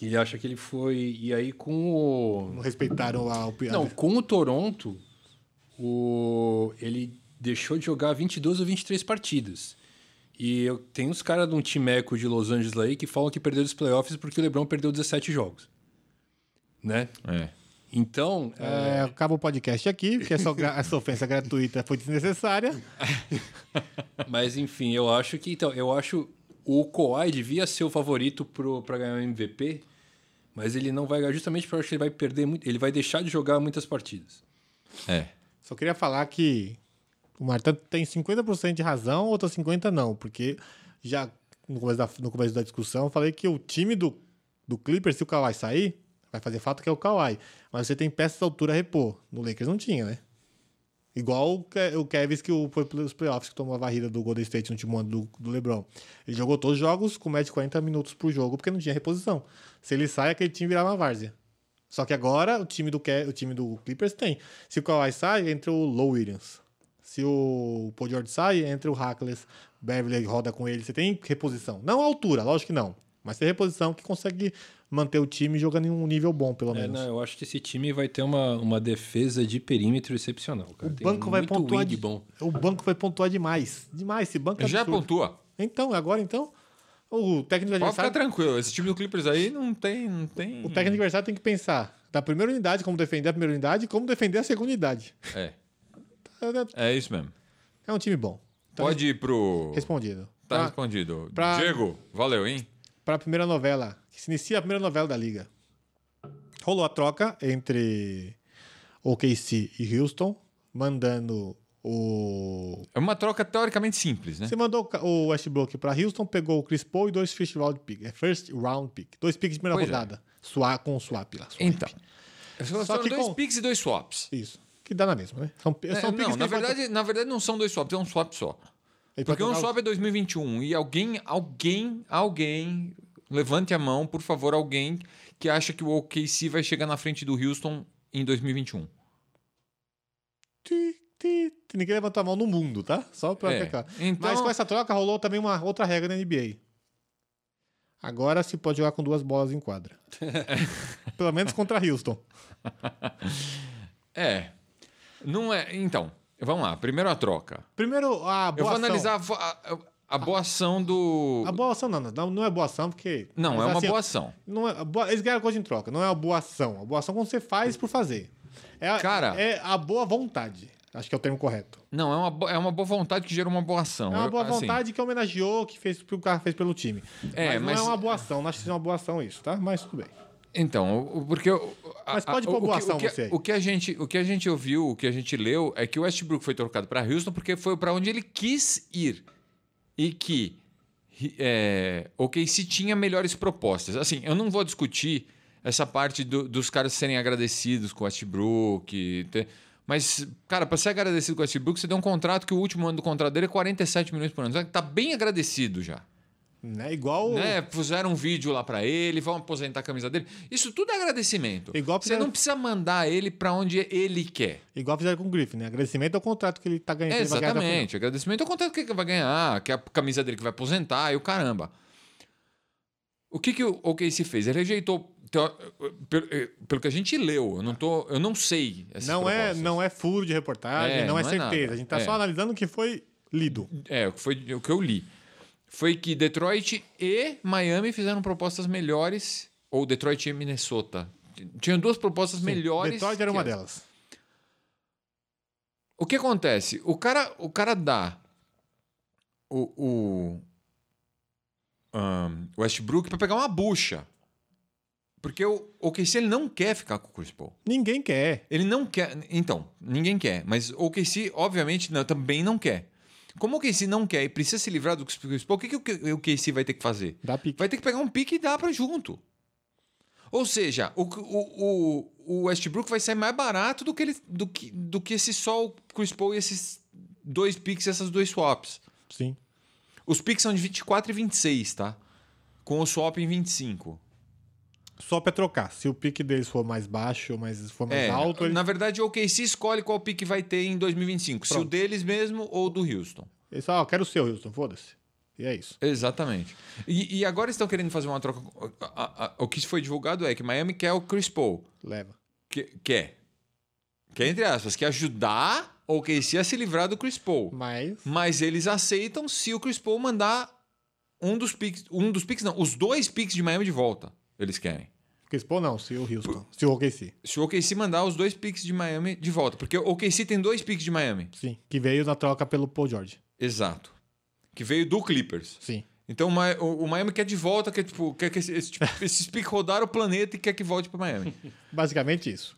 E ele acha que ele foi... E aí com o... Não respeitaram a opinião. Não, com o Toronto, o... ele deixou de jogar 22 ou 23 partidas. E eu tenho uns caras de um timeco de Los Angeles lá aí que falam que perdeu os playoffs porque o LeBron perdeu 17 jogos. Né? É. Então, é, É, acaba o podcast aqui, porque essa, gra- essa ofensa gratuita foi desnecessária. mas enfim, eu acho que então, eu acho o Kawhi devia ser o favorito pro para ganhar o MVP, mas ele não vai ganhar justamente porque eu acho que ele vai perder muito, ele vai deixar de jogar muitas partidas. É. Só queria falar que o Martin tem 50% de razão, outros 50% não, porque já no começo da, no começo da discussão eu falei que o time do, do Clippers, se o Kawhi sair, vai fazer falta que é o Kawhi. Mas você tem peças de altura a repor. No Lakers não tinha, né? Igual o Ke- o Kevs que o- foi pelos playoffs que tomou a varrida do Golden State no último ano do, do LeBron. Ele jogou todos os jogos com média de 40 minutos por jogo porque não tinha reposição. Se ele sai, aquele time virava uma várzea. Só que agora o time do, Ke- o time do Clippers tem. Se o Kawhi sai, entra o Low Williams. Se o Paul George sai, entra o Hackless. Beverly roda com ele. Você tem reposição. Não a altura, lógico que não. Mas tem reposição que consegue manter o time jogando em um nível bom, pelo É, menos. não, eu acho que esse time vai ter uma, uma defesa de perímetro excepcional, cara. o Tem banco vai muito pontuar. wing De... bom. O banco vai pontuar demais. Demais. Esse banco é Já absurdo. pontua. Então, agora então, o técnico Pode ficar adversário. tranquilo. Esse time do Clippers aí não tem. Não tem... O técnico adversário tem que pensar da primeira unidade, como defender a primeira unidade e como defender a segunda unidade. É. É isso mesmo. É um time bom. Então, Pode ir pro. Respondido. Tá Pra- respondido. pra- Diego, valeu, hein? para a primeira novela, que se inicia a primeira novela da liga. Rolou a troca entre OKC e Houston, mandando o. É uma troca teoricamente simples, né? Você mandou o Ca- o Westbrook para Houston, pegou o Chris Paul e dois first round pick, é first round pick, dois picks de primeira Pois é. rodada, Swa- com o swap lá. swap. Então. Só Só que que dois com- picks e dois swaps. Isso. Que dá na mesma, né? São, É, são picks não, que na ele pode- verdade, na verdade não são dois swaps, é um swap só. ele pode Porque um trocar swap é 2021 e alguém, alguém, alguém, levante a mão, por favor, alguém que acha que o OKC vai chegar na frente do Houston em 2021. ti, ti, ti. Ninguém levantou a mão no mundo, tá? Só pra É, ficar. então- Mas com essa troca rolou também uma outra regra na NBA. Agora se pode jogar com duas bolas em quadra. Pelo menos contra Houston. É. Não é. Então, vamos lá. Primeiro a troca. Primeiro, a boa Eu vou ação. analisar a, vo- a- a boa ação do. A boa ação não, não, não é boa ação, porque. Não, mas é uma assim, boa ação. Não é, boa- eles ganharam coisa em troca, não é uma boa ação. A boa ação é quando você faz por fazer. É, a- Cara- É a boa vontade. Acho que é o termo correto. Não, é uma, bo- é uma boa vontade que gerou uma boa ação. É uma Eu- boa assim, vontade que homenageou, que fez o que o cara fez pelo time. É, mas, mas- não é uma boa ação. Não acho que seja uma boa ação isso, tá? Mas tudo bem. Então, o- o- porque. o- a- Mas pode a- pôr o boa que- ação o que, você aí. O que, a gente, o que a gente ouviu, o que a gente leu, é que o Westbrook foi trocado para Houston porque foi para onde ele quis ir. E que é, o OKC tinha melhores propostas. Assim, eu não vou discutir essa parte do- dos caras serem agradecidos com o Westbrook. e ter- mas, cara, para ser agradecido com o Westbrook, você deu um contrato que o último ano do contrato dele é 47 milhões por ano. Tá bem agradecido já Né? Igual. né? Puseram um vídeo lá pra ele, vão aposentar a camisa dele. Isso tudo é agradecimento. Igual Você fizeram- não precisa mandar ele pra onde ele quer. Igual fizeram com o Griffin, né? Agradecimento ao contrato que ele tá ganhando. que ele vai ganhar até o final. Exatamente. Agradecimento é o contrato que ele vai ganhar, que é a camisa dele que vai aposentar e o caramba. O que, que o OKC fez? Ele rejeitou. teo- Pelo, eh, pelo que a gente leu, eu não, tô, eu não sei. essas Não é, propostas. não é furo de reportagem, É, não é não é certeza. nada. a gente tá É. só analisando o que foi lido. É, o que foi o que eu li. Foi que Detroit e Miami fizeram propostas melhores, ou Detroit e Minnesota. Tinham duas propostas melhores. Detroit era que uma essa. delas. O que acontece? O cara, o cara dá o, o ahn, Westbrook pra pegar uma bucha. Porque o, o KC ele não quer ficar com o Chris Paul. Ninguém quer. Ele não quer. Então, ninguém quer. Mas o KC, obviamente, não- também não quer. Como o KC não quer e precisa se livrar do Chris Paul, o que, que o K- o KC vai ter que fazer? Dá pique. Vai ter que pegar um pique e dar pra junto. Ou seja, o, o, o, o Westbrook vai sair mais barato do que, ele, do que, do que esse só o Chris Paul e esses dois picks e essas dois swaps. Sim. Os picks são de 24 e 26, tá? Com o swap em 25. Só pra trocar. Se o pique deles for mais baixo ou mais, for mais É, alto, ele- na verdade, o OKC escolhe qual pique vai ter em 2025. Se o Pronto. deles mesmo ou do Houston. ele fala, ó, quero o seu, Houston, foda-se. E é isso. Exatamente. E, e agora estão querendo fazer uma troca. a- a- a- o que foi divulgado é que Miami quer o Chris Paul. Leva. que quer, quer entre aspas, quer ajudar o OKC a se livrar do Chris Paul. Mas. Mas eles aceitam se o Chris Paul mandar um dos picks, um dos picks não, os dois picks de Miami de volta. Eles querem. Chris Paul não, se o Houston. Se o OKC. Se o OKC mandar os dois picks de Miami de volta, porque o OKC tem dois picks de Miami. Sim. Que veio na troca pelo Paul George. Exato. Que veio do Clippers. Sim. Então o Mi- o o Miami quer de volta, quer, tipo, quer que esse- esse- tipo, esses picks rodaram o planeta e quer que volte para Miami. Basicamente isso.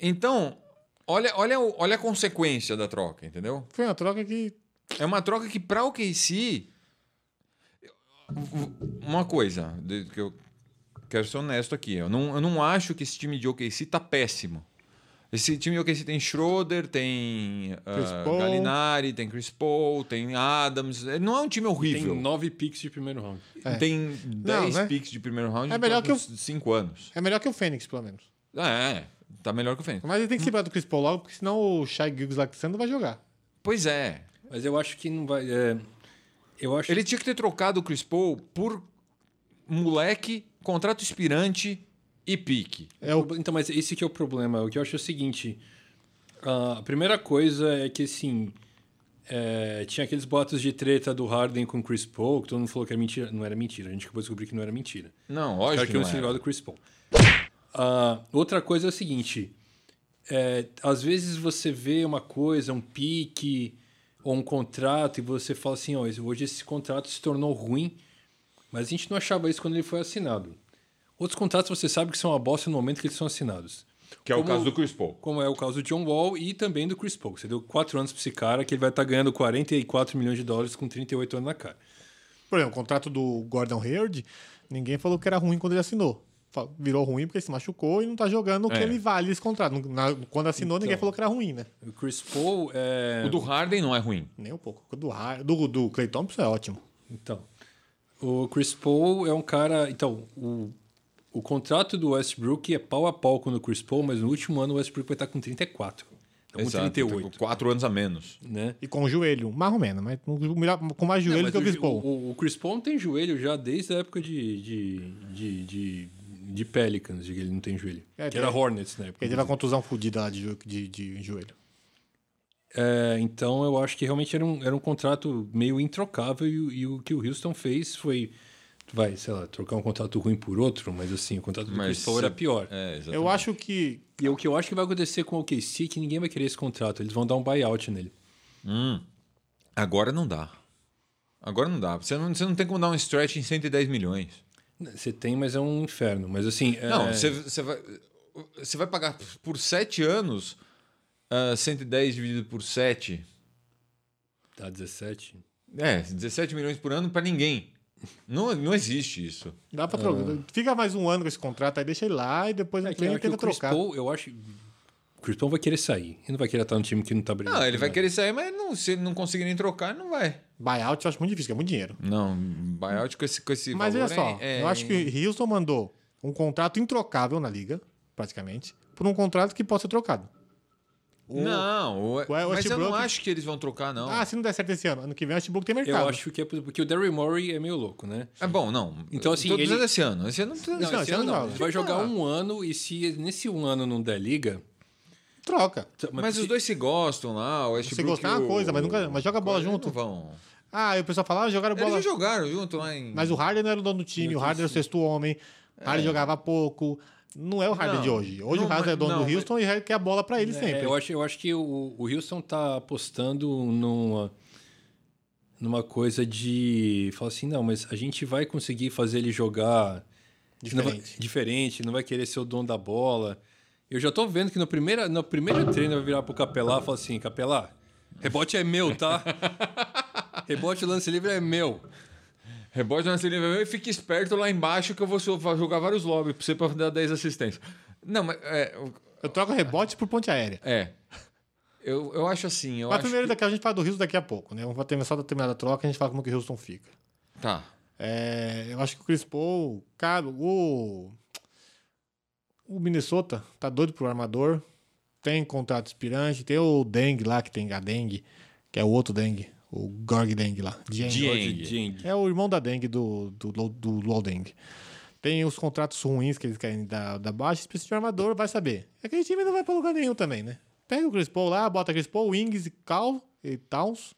Então, olha, olha, o- olha a consequência da troca, entendeu? Foi uma troca que. É uma troca que para o KC. Uma coisa, de- que eu quero ser honesto aqui. Eu não, eu não acho que esse time de OKC tá péssimo. Esse time de OKC tem Schroeder, tem Chris ah, Paul. Gallinari, tem Chris Paul, tem Adams. É, Não é um time Tem horrível. nove picks de primeiro round. Tem 10 É. né? picks de primeiro round É melhor que o- 5 anos. É melhor que o Fênix, pelo menos. É, tá melhor que o Fênix. Mas ele tem que se livrar do Chris Paul logo, porque senão o Shai Giggs Alexander vai jogar. Pois é, Mas eu acho que não vai. é, eu acho Ele tinha que ter trocado o Chris Paul por moleque, contrato expirante e pique. É o- Então, mas esse que é o problema. O que eu acho é o seguinte. ah, a primeira coisa é que, assim... é, tinha aqueles boatos de treta do Harden com o Chris Paul, que todo mundo falou que era mentira. Não era mentira. A gente acabou de descobrir que não era mentira. Não, lógico Acho que que não eu não se era. ligava do Chris Paul. Ah, outra coisa é o seguinte. é, às vezes você vê uma coisa, um pique ou um contrato e você fala assim, ó, hoje esse contrato se tornou ruim, mas a gente não achava isso quando ele foi assinado. Outros contratos você sabe que são uma bosta no momento que eles são assinados. Que é o caso do Chris Paul. Como é o caso do John Wall e também do Chris Paul. Você deu quatro anos para esse cara que ele vai estar ganhando 44 milhões de dólares com 38 anos na cara. Por exemplo, o contrato do Gordon Hayward, ninguém falou que era ruim quando ele assinou. fa- virou ruim porque se machucou e não tá jogando o que É. Então. ele vale esse contrato. Não- na- quando assinou, ninguém falou que era ruim, né? O Chris Paul é. O do Harden não é ruim. Nem um pouco. O Do, Ra- do, do Clay Thompson é ótimo. Então. O Chris Paul é um cara. Então, o, o contrato do Westbrook é pau a pau com o do Chris Paul, mas no último ano o Westbrook vai estar com 34. Ou Exato, então. 38. tipo, Quatro anos a menos. Né? E com o joelho, mais ou menos, mas com o melhor- com mais joelho Mas que o o, Chris o- Paul. o- o Chris Paul não tem joelho já desde a época de, de, de, de, de Pelicans, de que ele não tem joelho. É, que era tem- Hornets na época. Ele teve uma contusão fodida lá de, jo- de, de joelho. É, então eu acho que realmente era um, era um contrato meio introcável e, o- e o que o Houston fez foi. Vai, sei lá, trocar um contrato ruim por outro, mas assim, o contrato do Mas Chris Paul era se- pior. É, exatamente. Eu acho que. E o que eu acho que vai acontecer com o OKC é que ninguém vai querer esse contrato. Eles vão dar um buyout nele. Agora não dá. Agora não dá. Você não, você não tem como dar um stretch em 110 milhões. Você tem, mas é um inferno. Mas assim. é- Não, você, você vai, você vai pagar por 7 anos ah, 110 dividido por 7. Tá 17. É, 17 milhões por ano pra ninguém. Não, não existe isso. Dá pra trocar. Fica mais um ano com esse contrato, aí deixa ele lá e depois É no que, eu treino acho que tenta o Chris trocar. Paul, eu acho. O Chris Paul vai querer sair. Ele não vai querer estar num time que não tá brigando. Não, é. ele por vai nada. querer sair, mas não, se ele não conseguir nem trocar, não vai. Buyout eu acho muito difícil, que é muito dinheiro. Não, buyout com esse, com esse Mas olha valor só, é- é- eu acho que Houston mandou um contrato introcável na liga, praticamente, por um contrato que possa ser trocado. O- é Não, o- o mas eu não Westbrook- acho que eles vão trocar, não. Ah, se não der certo esse ano, ano que vem o Westbrook tem mercado. Eu acho que é por- porque o Derry Murray é meio louco, né? É bom, não. Então, assim, Tô dizendo ele- esse ano. Esse ano não precisa. Não, esse ano não. Ele vai jogar um ano e se nesse um ano não der liga. Troca. t- Mas os dois se gostam lá, o Você Westbrook. gostar é e uma o- coisa, mas nunca. Mas joga bola é? Eles junto. não Vão. Ah, e o pessoal fala, ah, jogaram Eles bola. já jogaram junto lá em. Mas o Harden não era o dono do time, o Harden era o sexto homem, Harden jogava pouco. Não é o Harden É. Não. de hoje. Hoje o Não, Harden mas- é dono não, do mas- Houston e quer a bola pra ele É, sempre. eu, acho, eu acho que o, o Houston tá apostando numa, numa coisa de. Fala assim, não, mas a gente vai conseguir fazer ele jogar não vai- Diferente. diferente, não vai querer ser o dono da bola. Eu já tô vendo que no primeiro, no primeiro treino vai virar pro Capelá e falar assim: Capelá, rebote é meu, tá? rebote lance livre é meu. Rebote na linha vermelha e fique esperto lá embaixo que eu vou so- vou jogar vários lobbies pra você pra dar 10 assistências. Não, mas. É. o- Eu troco rebote por ponte aérea. é. Eu, eu acho assim. Eu Mas acho primeiro que- daqui a gente fala do Houston daqui a pouco, né? Vamos ter só terminar a troca e a gente fala como que o Houston fica. Tá. É, eu acho que o Chris Paul, cara, o, o Minnesota tá doido pro armador. Tem contrato expirante, tem o Deng lá que tem a Deng, que é o outro Deng, o Gorg Deng lá. Dieng. Dieng. Jing. É o irmão da Deng, do, do, do, do Luol Deng. Tem os contratos ruins que eles querem da, da baixa, se precisa de um armador, vai saber. Aquele time não vai pra lugar nenhum também, né? Pega o Chris Paul lá, bota Chris Paul, Wings e Cal e Towns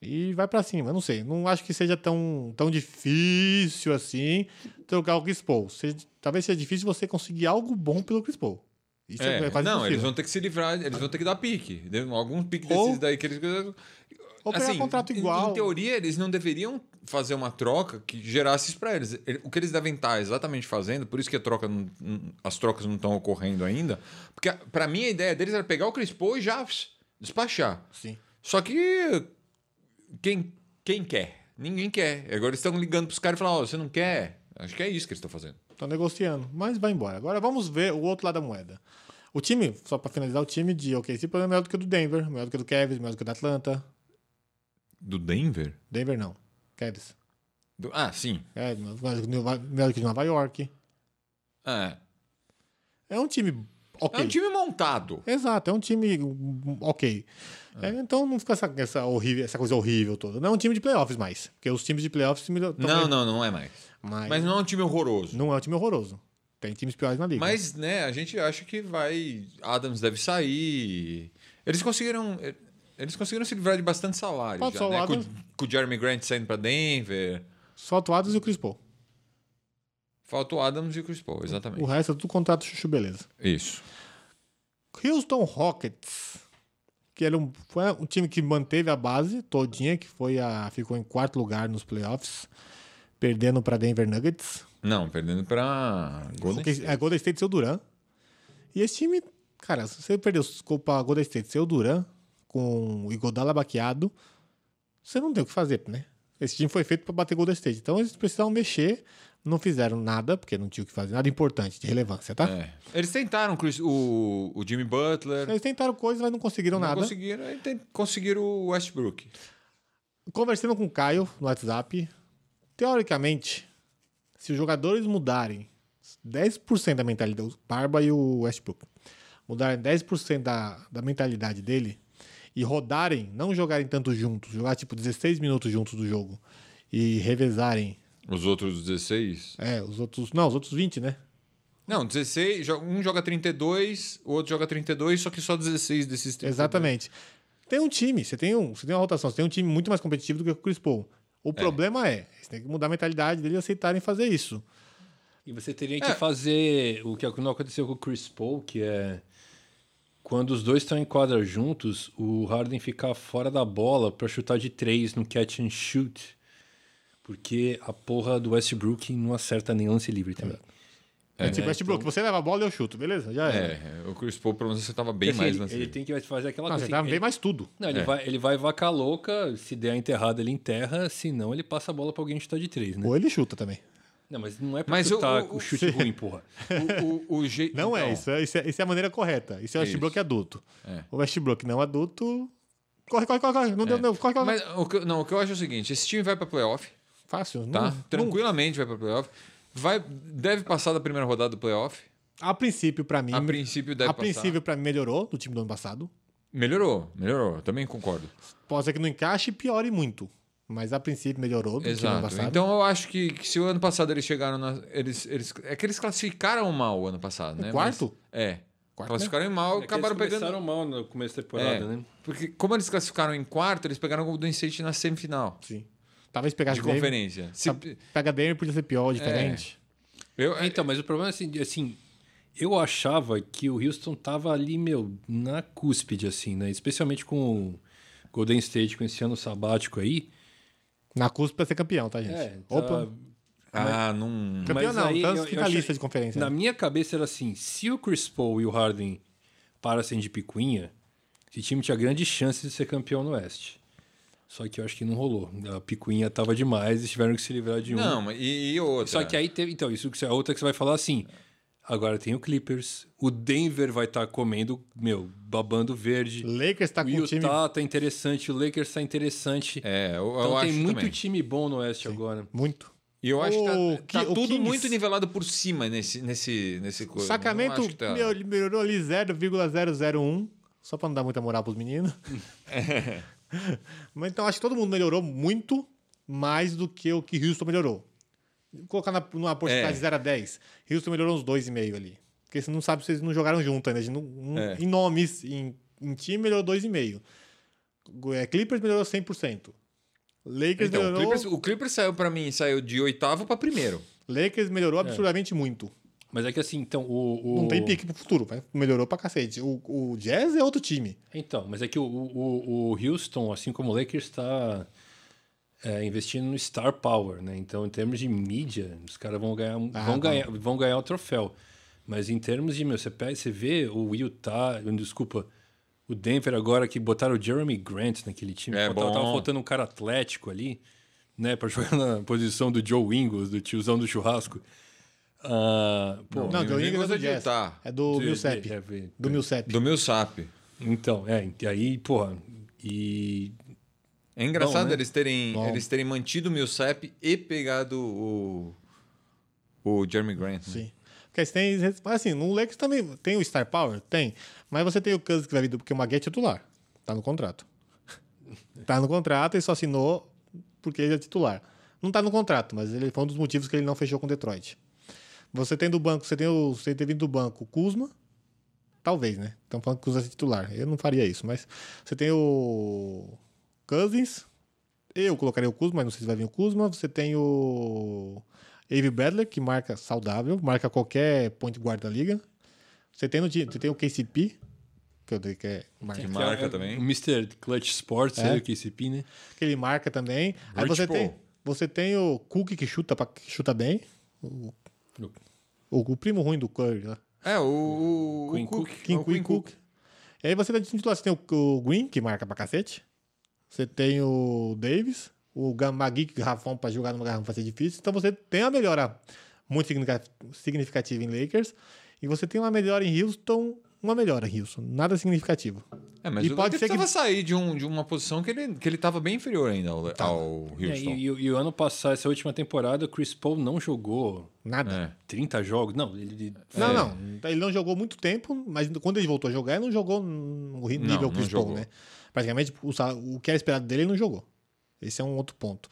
e vai pra cima. Eu não sei, não acho que seja tão, tão difícil assim trocar o Chris Paul. Se- talvez seja difícil você conseguir algo bom pelo Chris Paul. Isso é, É, quase não, impossível. eles vão ter que se livrar, eles vão ter que dar pique. De- Algum pique Ou- desses daí que eles. Ou pegar contrato Assim, em- igual. Em teoria, eles não deveriam fazer uma troca que gerasse isso pra eles. Ele- O que eles devem estar exatamente fazendo, por isso que a troca não- não- as trocas não estão ocorrendo ainda. Porque, a- pra mim, a ideia deles era pegar o Chris Paul e já pss, despachar. Sim. Só que. Quem, quem quer? Ninguém quer. Agora eles estão ligando pros caras e falando: Ó, você não quer? Acho que é isso que eles estão fazendo. Estão negociando, mas vai embora. Agora vamos ver o outro lado da moeda. O time, só pra finalizar, o time de OKC pelo menos é melhor do que o do Denver, melhor do que o do Cavs, melhor do que o da Atlanta. Do Denver? Denver não, Cavs. Do- ah, sim. É, melhor do que o Nova- melhor do que o de Nova York. É. É um time ok. É um time montado. Exato, é um time hum, ok. É, então não fica essa, essa horrível, essa coisa horrível toda. Não é um time de playoffs mais, porque os times de playoffs... melhor- tão Não, mais- não, não é mais. Mas, Mas não é um time horroroso. não é um time horroroso. Tem times piores na liga. Mas, né, a gente acha que vai. Adams deve sair. Eles conseguiram. eh, Eles conseguiram se livrar de bastante salário. Pode Já, só o né? com, Adams. com o Jeremy Grant saindo pra Denver. Só o Adams e o Chris Paul. Falta o Adams e o Chris Paul, O exatamente. resto é tudo contrato chuchu, beleza. Isso. Houston Rockets, que era um, foi um time que manteve a base todinha, que foi a, ficou em quarto lugar nos playoffs, perdendo para Denver Nuggets. Não, perdendo pra. Golden Porque State. A Golden State seu Duran. E esse time, cara, se você perdeu desculpa, a Golden State seu Duran com o Igodala baqueado, você não tem o que fazer, né? Esse time foi feito para bater Golden State. Então eles precisavam mexer, Não fizeram nada, porque não tinha o que fazer, nada importante, de relevância, tá? É. Eles tentaram Chris- o, o Jimmy Butler. Eles tentaram coisas, mas não conseguiram não nada. conseguiram. Aí tem- conseguiram o Westbrook. Conversando com o Caio no WhatsApp, teoricamente, se os jogadores mudarem 10% da mentalidade, o Barba e o Westbrook, mudarem 10% da, da mentalidade dele e rodarem, não jogarem tanto juntos, jogar tipo 16 minutos juntos do jogo e revezarem, Os outros 16? é, os outros, não, os outros 20, né? Não, 16. jo- Um joga 32, o outro joga 32, só que só 16 desses 32. Exatamente. Tem um time, você tem, um, você tem uma rotação, você tem um time muito mais competitivo do que o Chris Paul. O problema é, você tem que mudar a mentalidade dele e aceitarem fazer isso. E você teria que É. fazer o que não aconteceu com o Chris Paul, que é quando os dois estão em quadra juntos, o Harden ficar fora da bola pra chutar de três no catch and shoot, porque a porra do Westbrook não acerta nem lance livre tá também. É, tipo, Westbrook, você leva a bola e eu chuto, beleza? Já era. então. É, o Chris Paul, pelo menos, você tava bem Assim, mais ele, nessa. ele tem que fazer aquela Não, coisa. você assim, tá ele- bem mais tudo. Não, ele, É. vai, ele vai vaca louca, se der a enterrada ele enterra, se não ele passa a bola pra alguém chutar de três, né? Ou ele chuta também. Não, mas não é pra Mas o- chutar o- o, chute ruim, porra. O, o, o jeito. Não é então, isso, é, isso é, isso é a maneira correta. Isso é o Isso. Westbrook adulto. É. O Westbrook não adulto. Corre, corre, corre, corre. Não deu, não. Corre, corre. Mas o que, eu- não, o que eu acho é o seguinte: esse time vai pra playoff, Fácil, tá? não- Tranquilamente vai pra playoff. Vai, deve passar da primeira rodada do playoff. não- a princípio, pra mim. A princípio deve a passar. princípio, pra mim, melhorou do time do ano passado. Melhorou, melhorou. Também concordo. Pode ser que não encaixe e piore muito. Mas a princípio melhorou do time do ano Exato. passado. Então eu acho que, que se o ano passado eles chegaram na. Eles, eles, é que eles classificaram mal o ano passado, né? quarto? Mas- é. Quarto, né? classificaram mal, É que acabaram eles pegando. começaram mal no começo da É, temporada, né? Porque como eles classificaram em quarto, eles pegaram o Golden State na semifinal Sim. Talvez pegar de conferência. Se- Pega Denver podia ser pior, diferente. eu, Então, mas o problema é assim, de- assim, eu achava que o Houston tava ali, meu, na cúspide, assim, né? Especialmente com o Golden State, com esse ano sabático aí. É. Na cuspe pra ser campeão, tá, gente? É, tá- Opa. ah, não. Campeão mas não, aí eu- tanto eu que na achei- lista de conferência. Na né? minha cabeça era assim, se o Chris Paul e o Harden parassem de picuinha, esse time tinha grandes chances de ser campeão no Oeste. Só que eu acho que não rolou. A picuinha tava demais, eles tiveram que se livrar de um. Não, mas e, e outra. Só que aí teve. Então, isso que você- a outra que você vai falar assim. Agora tem o Clippers. O Denver vai estar comendo, meu, babando verde. Lakers tá o com um time Utah tá interessante. O Lakers tá interessante. É, eu, eu então acho tem muito também. time bom no Oeste agora. muito. E eu acho O que tá, Ki- tá o tudo Kings- muito nivelado por cima nesse nesse nesse coisa. Sacramento Não acho que tá- meu, ele melhorou ali 0,001, só pra não dar muita moral pros meninos. Mas então acho que todo mundo melhorou muito mais do que o que Houston melhorou. Vou Colocar na, numa porcentagem É. de 0 a 10, Houston melhorou uns 2,5 ali. Porque você não sabe se eles não jogaram junto ainda. a gente não- não- É. Em nomes, em, em time melhorou 2,5. Go- é, Clippers melhorou 100%. Lakers Então, o melhorou, Clippers, o Clippers saiu pra mim, saiu de oitavo pra primeiro. Lakers melhorou absurdamente muito. Mas é que assim, então, o. o- Não tem pique pro futuro, mas melhorou pra cacete. O, o Jazz é outro time. Então, mas é que o, o, o Houston, assim como o Lakers, está investindo no Star Power, né? Então, em termos de mídia, os caras vão ganhar, um, vão, tá. ganhar, vão ganhar o troféu. Mas em termos de, meu, você, pega, você vê o Utah, desculpa, o Denver agora que botaram o Jeremy Grant naquele time. É Faltava- bom. Tava faltando um cara atlético ali, né? Pra jogar na posição do Joe Ingles, do tiozão do churrasco. Ah, pô, Não, New do Ingles é England é do de Jazz. Utah. É do De- Millsap. de- é, vem- Do Millsap. Do meu SAP. Então, é, e aí, porra, e É engraçado Bom, né? eles, terem, Bom. eles terem mantido o Millsap e pegado o, o Jeremy Grant. né? Sim. Porque você tem... Mas assim, no Lakers também tem o Star Power? Tem. Mas você tem o Cousins que vai vir, do- porque o Magui é titular. Tá no contrato. tá no contrato, ele só assinou porque ele é titular. Não tá no contrato, mas ele foi um dos motivos que ele não fechou com o Detroit. Você tem do banco, você tem o... Você tem vindo do banco o Kuzma, Talvez, né? Estão falando que usa titular. Eu não faria isso, mas você tem o Cousins. Eu colocaria o Kuzma, mas não sei se vai vir o Kuzma. Você tem o Avery Bradley, que marca saudável, marca qualquer point guard da liga. Você tem, no time, você tem o KCP, que eu dei que é Que marca, marca É, O também. Mr. Clutch Sports, É. é. o KCP, né? que ele marca também. Aí Rich você Paul. tem, você tem o Cook, que chuta, pra, que chuta bem. O, O- o, o primo ruim do Curry, lá. É, o, o, Quinn o Cook. É, Cook. King o Queen Cook. E aí você tá de titular, você tem o, o Green, que marca pra cacete. Você tem o Davis. o Ga- Magic Garrafão para jogar numa garrafa vai ser difícil. Então você tem uma melhora muito significa- significativa em Lakers e você tem uma melhora em Houston, uma melhora em Houston, nada significativo. É, mas E o pode Lakers ser que- precisava sair de, um, de uma posição que ele, que ele tava bem inferior ainda ao, ao Houston. É, e, e- e o ano passado, essa última temporada, o Chris Paul não jogou Nada. É. 30 jogos. Não, ele. ele- Não, É. não. Ele não jogou muito tempo, mas quando ele voltou a jogar, ele não jogou no ri- Não, nível não Chris Paul, jogou. né? Praticamente, o, sal- o que era esperado dele, ele não jogou. Esse é um outro ponto.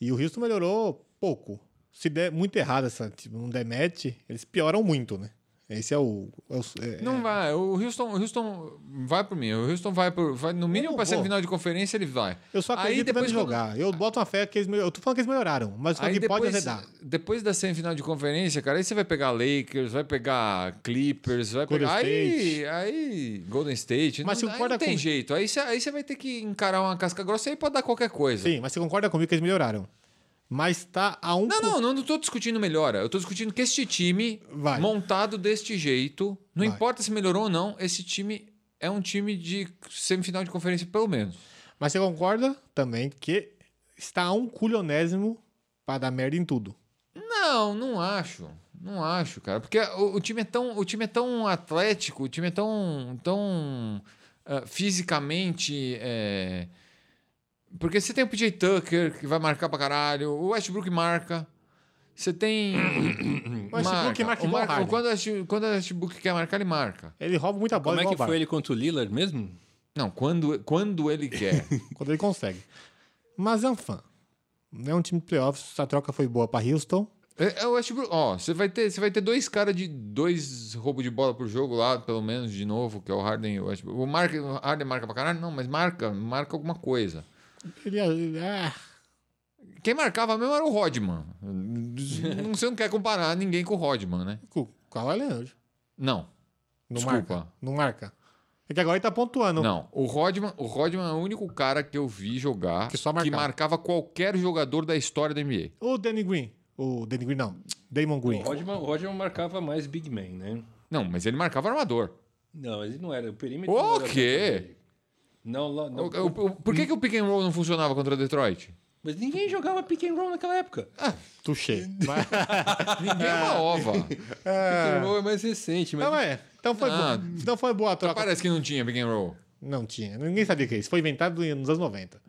E o Houston melhorou pouco. Se der muito errado essa, tipo, não der match, eles pioram muito, né? Esse é o. é o- é- Não vai. O Houston, o Houston vai por mim. O Houston vai por. Vai, no mínimo não para vou. semifinal de conferência ele vai. Eu só Aí acredito depois depois quando- jogar. Eu boto uma fé que eles melhoraram. Eu tô falando que eles melhoraram, mas só Aí que pode depois, é- azedar. depois da semifinal de conferência, cara, aí você vai pegar Lakers, vai pegar Clippers, vai Golden pegar. Aí, aí. Golden State. Mas não, se aí concorda não tem com- jeito. Aí você, aí você vai ter que encarar uma casca grossa e aí pode dar qualquer coisa. Sim, mas você concorda comigo que eles melhoraram. Mas tá a um. Não, por- não, não, não tô discutindo melhora. Eu tô discutindo que este time, Vai. montado deste jeito, não Vai. importa se melhorou ou não, esse time é um time de semifinal de conferência, pelo menos. Mas você concorda também que está a um culionésimo pra dar merda em tudo. Não, não acho. Não acho, cara. Porque o, o time é tão, o time é tão atlético, o time é tão, tão ah, fisicamente. é, Porque você tem o PJ Tucker, que vai marcar pra caralho, o Westbrook marca. Você tem. O Westbrook marca O igual o Harden. Quando o West- quando o Westbrook quer marcar, ele marca. Ele rouba muita bola Como é igual que o Bar, foi ele contra o Lillard mesmo? Não, quando, quando ele quer. quando ele consegue. Mas é um fã. Não é um time de playoffs, a troca foi boa pra Houston. É, é o Westbrook. Ó, você vai ter, você vai ter dois caras de dois roubos de bola por jogo lá, pelo menos de novo, que é o Harden e o Westbrook. O, Mark, o Harden marca pra caralho? Não, mas marca, marca alguma coisa. Ele, ele- ah, Quem marcava mesmo era o Rodman. Não, você não quer comparar ninguém com o Rodman, né? cu- qual é o Leandro? Não. Não Desculpa. marca. Não marca. É que agora ele tá pontuando. Não, o Rodman, o Rodman é o único cara que eu vi jogar Que só que marcava. marcava qualquer jogador da história da NBA. O Danny Green. O Danny Green não. Damon O Green. Rodman, o Rodman marcava mais Big Man, né? Não, mas ele marcava armador. Não, ele não era. O perímetro. O não era quê? tanto dele. Não, lá- não, O- o- o- por que, que o pick and roll não funcionava contra o Detroit? Mas ninguém jogava pick and roll naquela época. Tuxê. Mas, Ninguém é uma ova. Pick and roll é mais recente, mas. não é. Então foi, Ah. boa. então foi boa a troca. Parece que não tinha pick and roll. Não tinha. Ninguém sabia que é isso. Foi inventado nos anos 90.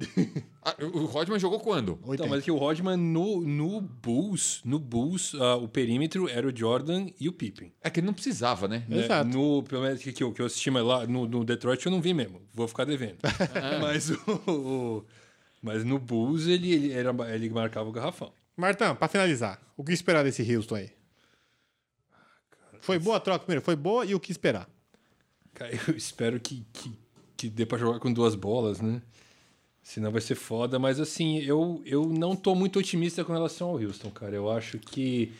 Ah, o Rodman jogou quando? 80. Então, mas é que o Rodman no, no Bulls, no Bulls, ah, o perímetro era o Jordan e o Pippen. É que ele não precisava, né? né? Exato. No, pelo menos que, que, eu, que eu assisti mas lá no, no Detroit eu não vi mesmo. Vou ficar devendo. Ah. mas o, o- Mas no Bulls ele, ele, era, ele marcava o garrafão. Martão, pra finalizar, o que esperar desse Houston aí? Foi boa a troca primeiro, foi boa e o que esperar? Cara, eu espero que, que, que dê pra jogar com duas bolas, né? Senão vai ser foda, mas assim, eu, eu não tô muito otimista com relação ao Houston, cara. Eu acho que.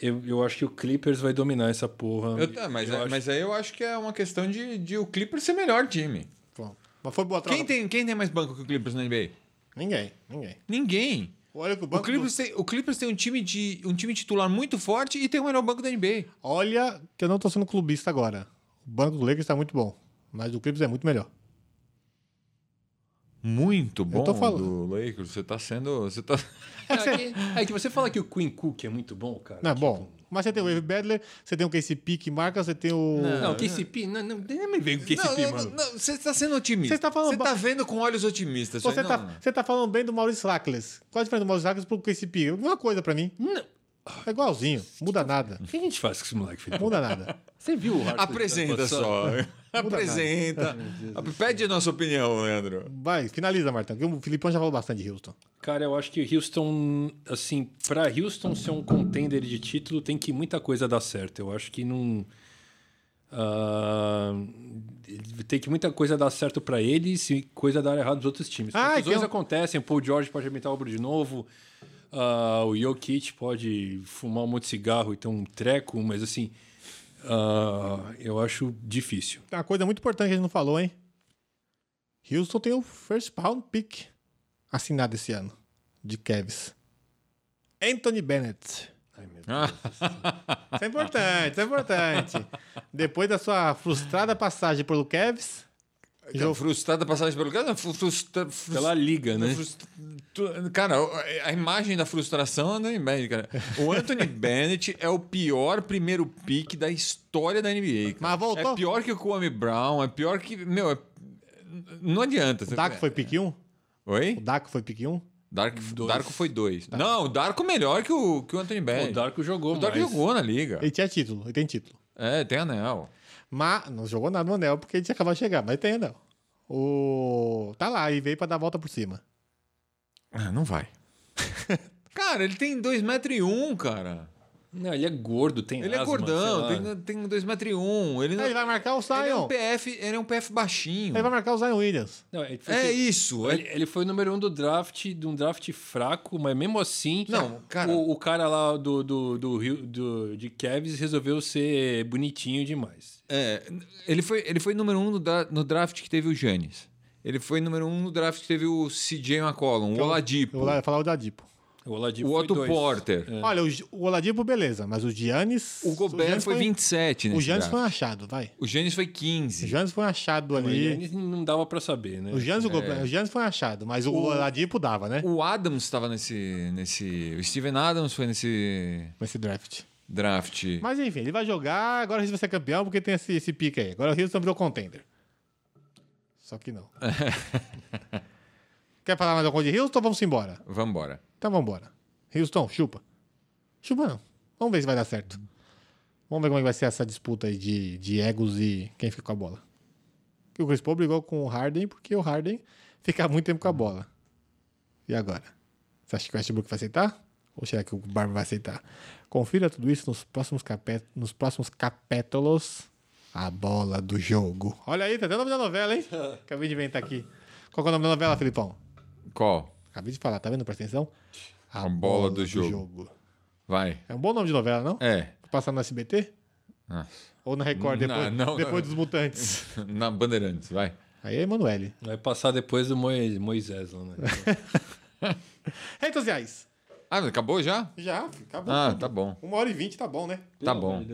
Eu, eu acho que o Clippers vai dominar essa porra. Eu- é, mas, Eu é- acho- mas aí eu acho que é uma questão de, de o Clippers ser melhor time. Bom, mas foi boa a troca. Quem tem, quem tem mais banco que o Clippers na NBA? Ninguém, ninguém. Ninguém. Olha que o O banco. Clippers, tem, o Clippers tem um time de um time titular muito forte e tem o melhor banco da NBA. do- Olha que eu não tô sendo clubista agora. O banco do Lakers tá muito bom, mas o Clippers é muito melhor. Muito bom tô falando. do Lakers. Você tá sendo. Você tá... É que você- É que você fala que o Queen Cook é muito bom, cara. Não é bom. Mas você tem o Wave Badler, você tem o Casey Pique marca, você tem o. Não, o KCP, não, não, nem me vem com o KCP, não, mano. não, não, você tá sendo otimista. Você tá falando- Você tá vendo com olhos otimistas. Você, Não, tá, não. você tá falando bem do Maurício Lacles. Qual a diferença do Maurício Lacles pro Casey Pique? Alguma coisa pra mim. Não. É igualzinho. Muda nada. O que a gente faz com esse moleque, Felipe? Ah, Muda nada. Você viu o Harden Apresenta da situação? só. Apresenta. Pede a nossa opinião, Leandro. Vai, finaliza, Martão, que o Filipão já falou bastante de Houston. Cara, eu acho que Houston, assim, pra Houston ser um contender de título, tem que muita coisa dar certo. Eu acho que não. ah, tem que muita coisa dar certo pra eles e coisa dar errado dos outros times. Ah, Porque e os tem dois um- acontecem. O Paul George pode arrebentar o ombro de novo. ah, o Jokic pode fumar um monte de cigarro e ter um treco, mas assim. ah, eu acho difícil. Tem uma coisa muito importante que a gente não falou, hein? Houston tem o first round pick assinado esse ano de Cavs. Anthony Bennett. Isso é importante, isso é importante. Depois da sua frustrada passagem pelo Cavs, Então, frustrada a passagem pelo Galo? Frustra, frustra, Pela liga, né? Frustra- tu- Cara, a imagem da frustração não é Bennett, cara. O Anthony Bennett é o pior primeiro pick da história da NBA. cara. Mas voltou. É pior que o Kwame Brown, é pior que. Meu, é- não adianta. O Daco foi pique 1? O Oi? Daco foi um? pique 1? Dark, Darko foi dois. Não, o Darko melhor que o, que o Anthony Bennett. O Darko jogou, O Darko mas- jogou na liga. Ele tinha título, ele tem título. É, tem anel. Mas não jogou nada no anel porque ele tinha acabado de chegar, mas tem anel. O... Tá lá e veio pra dar a volta por cima. Ah, não vai. cara, ele tem 2,1m, cara. Não, ele é gordo, tem Ele é asma, sei gordão, lá. tem, um tem 2,1m. Ele, não- Ele vai marcar o Zion. ele Ele, é um PF, ele é um PF baixinho. vai marcar o Zion Williams. Não, ele foi, É isso. é- ele, ele foi o número um do draft, de um draft fraco, mas mesmo assim. Não, cara- O, o cara lá do, do, do Rio do, de Cavs resolveu ser bonitinho demais. é, ele, foi, ele foi número 1 um no, dra- no draft que teve o Giannis. Ele foi número 1 um no draft que teve o CJ McCollum, o Eu Oladipo, vou lá falar o Oladipo. O Oladipo o foi Otto dois. Porter. Olha, o, Gi- o Oladipo, beleza, mas o Giannis. É. O Gobert Giannis foi 27 nesse O Giannis foi um draft. achado, vai. O Giannis foi O 15. Giannis foi um achado Mas ali. ele não dava pra saber, né? O Giannis, e o, Gobert, o Giannis foi um achado, mas o, Oladipo dava, né? é. O Adams estava nesse, nesse... O Steven Adams foi nesse Nesse draft. draft. Mas enfim, ele vai jogar, agora o Houston vai ser campeão porque tem esse, esse pique aí. Agora o Houston virou contender. Só que não. Quer falar mais alguma coisa de Houston ou vamos embora? Vambora. Então vamos embora. Houston, chupa. Chupa não. Vamos ver se vai dar certo. Vamos ver como é que vai ser essa disputa aí de, de egos e quem fica com a bola. Porque o Chris Paul brigou com o Harden porque o Harden fica muito tempo com a bola. E agora? Você acha que o Westbrook vai aceitar? Ou será que o Barba vai aceitar? Confira tudo isso nos próximos, capé- nos próximos capítulos. A bola do jogo. Olha aí, tá até o nome da novela, hein? Acabei de inventar aqui. Qual que é o nome da novela, Filipão? Qual? Acabei de falar, tá vendo? Presta atenção. A bola do jogo. Vai. É um bom nome de novela, não? É. Passar no SBT? Ah. Ou na Record, Não, depois, não, depois não. dos Mutantes? Na Bandeirantes, vai. Aí é Emanuele. Vai passar depois do Mois- Moisés lá, né? Tá Redes sociais. Ah, acabou já? Já, filho, acabou. Ah, tá bom. Uma hora e vinte, tá bom, né? Tá bom.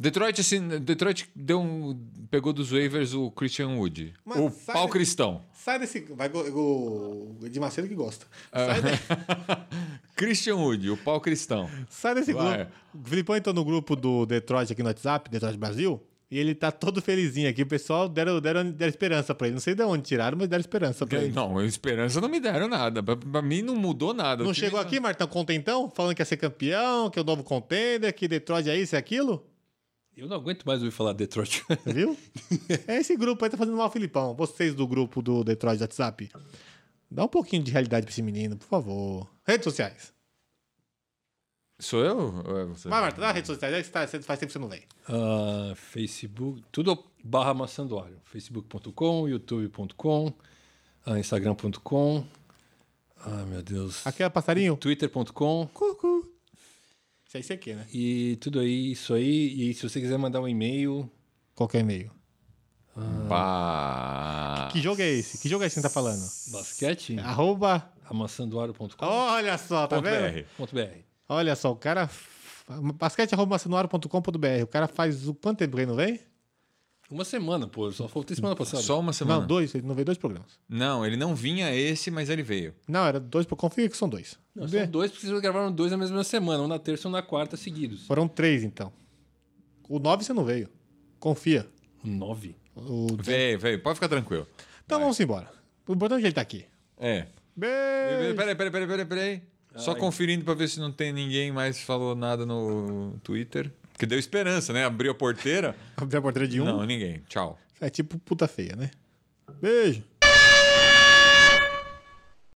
Detroit, assim, Detroit deu um, pegou dos waivers o Christian Wood. Mas o sai pau daqui. cristão. Sai desse... Vai go- go- o de Macedo que gosta. Ah. Sai, de- Christian Wood, o pau cristão. sai desse Vai. grupo. O Filipão entrou no grupo do Detroit aqui no WhatsApp, Detroit Brasil, e ele tá todo felizinho aqui. O pessoal deram, deram, deram esperança pra ele. Não sei de onde tiraram, mas deram esperança pra ele. Não, esperança não me deram nada. Pra, pra mim não mudou nada. O Não time chegou aqui, Martão, contentão? Falando que ia ser campeão, que é o novo contender, que Detroit é isso, é aquilo? Eu não aguento mais ouvir falar Detroit. Você viu? é esse grupo aí tá fazendo mal ao Filipão. Vocês do grupo do Detroit do WhatsApp. Dá um pouquinho de realidade pra esse menino, por favor. Redes sociais. Sou eu? Ou é você? Vai, Marta, dá redes sociais. É que você tá- você faz tempo que você não vem. Ah, Facebook, tudo barra maçandoário. Facebook.com, youtube.com, ah, instagram.com. Ai, meu Deus. Aqui é passarinho. Twitter.com Cucu. Isso aí você quer, né? e tudo aí, isso aí. E se você quiser mandar um e-mail, Qual que é o e-mail? Pá. Que jogo é esse? Que jogo é esse que você tá falando? basquete, Ah. Arroba. amaçandoaro.com.br. Olha só, tá vendo? .br. Olha só, o cara. f- basquete.macenuaro.com.br. O cara faz o quanto tempo que ele não vem? Uma semana, pô, só faltou semana passada. Só uma semana. Não, dois. Ele não veio dois programas. Não, ele não vinha esse, mas ele veio. Não, era dois. Confia que são dois. Não, são dois, porque vocês gravaram dois na mesma semana, um na terça e um na quarta seguidos. Foram três, então. O nove você não veio. Confia. Nove. O- Veio, veio. Pode ficar tranquilo. Então vamos embora. O importante é que ele tá aqui. É. Beijo. Peraí, peraí, peraí, peraí, peraí. Só conferindo pra ver se não tem ninguém mais falou nada no Twitter. Que deu esperança, né? Abriu a porteira. Abriu a porteira de um. Não, ninguém. Tchau. É tipo puta feia, né? Beijo.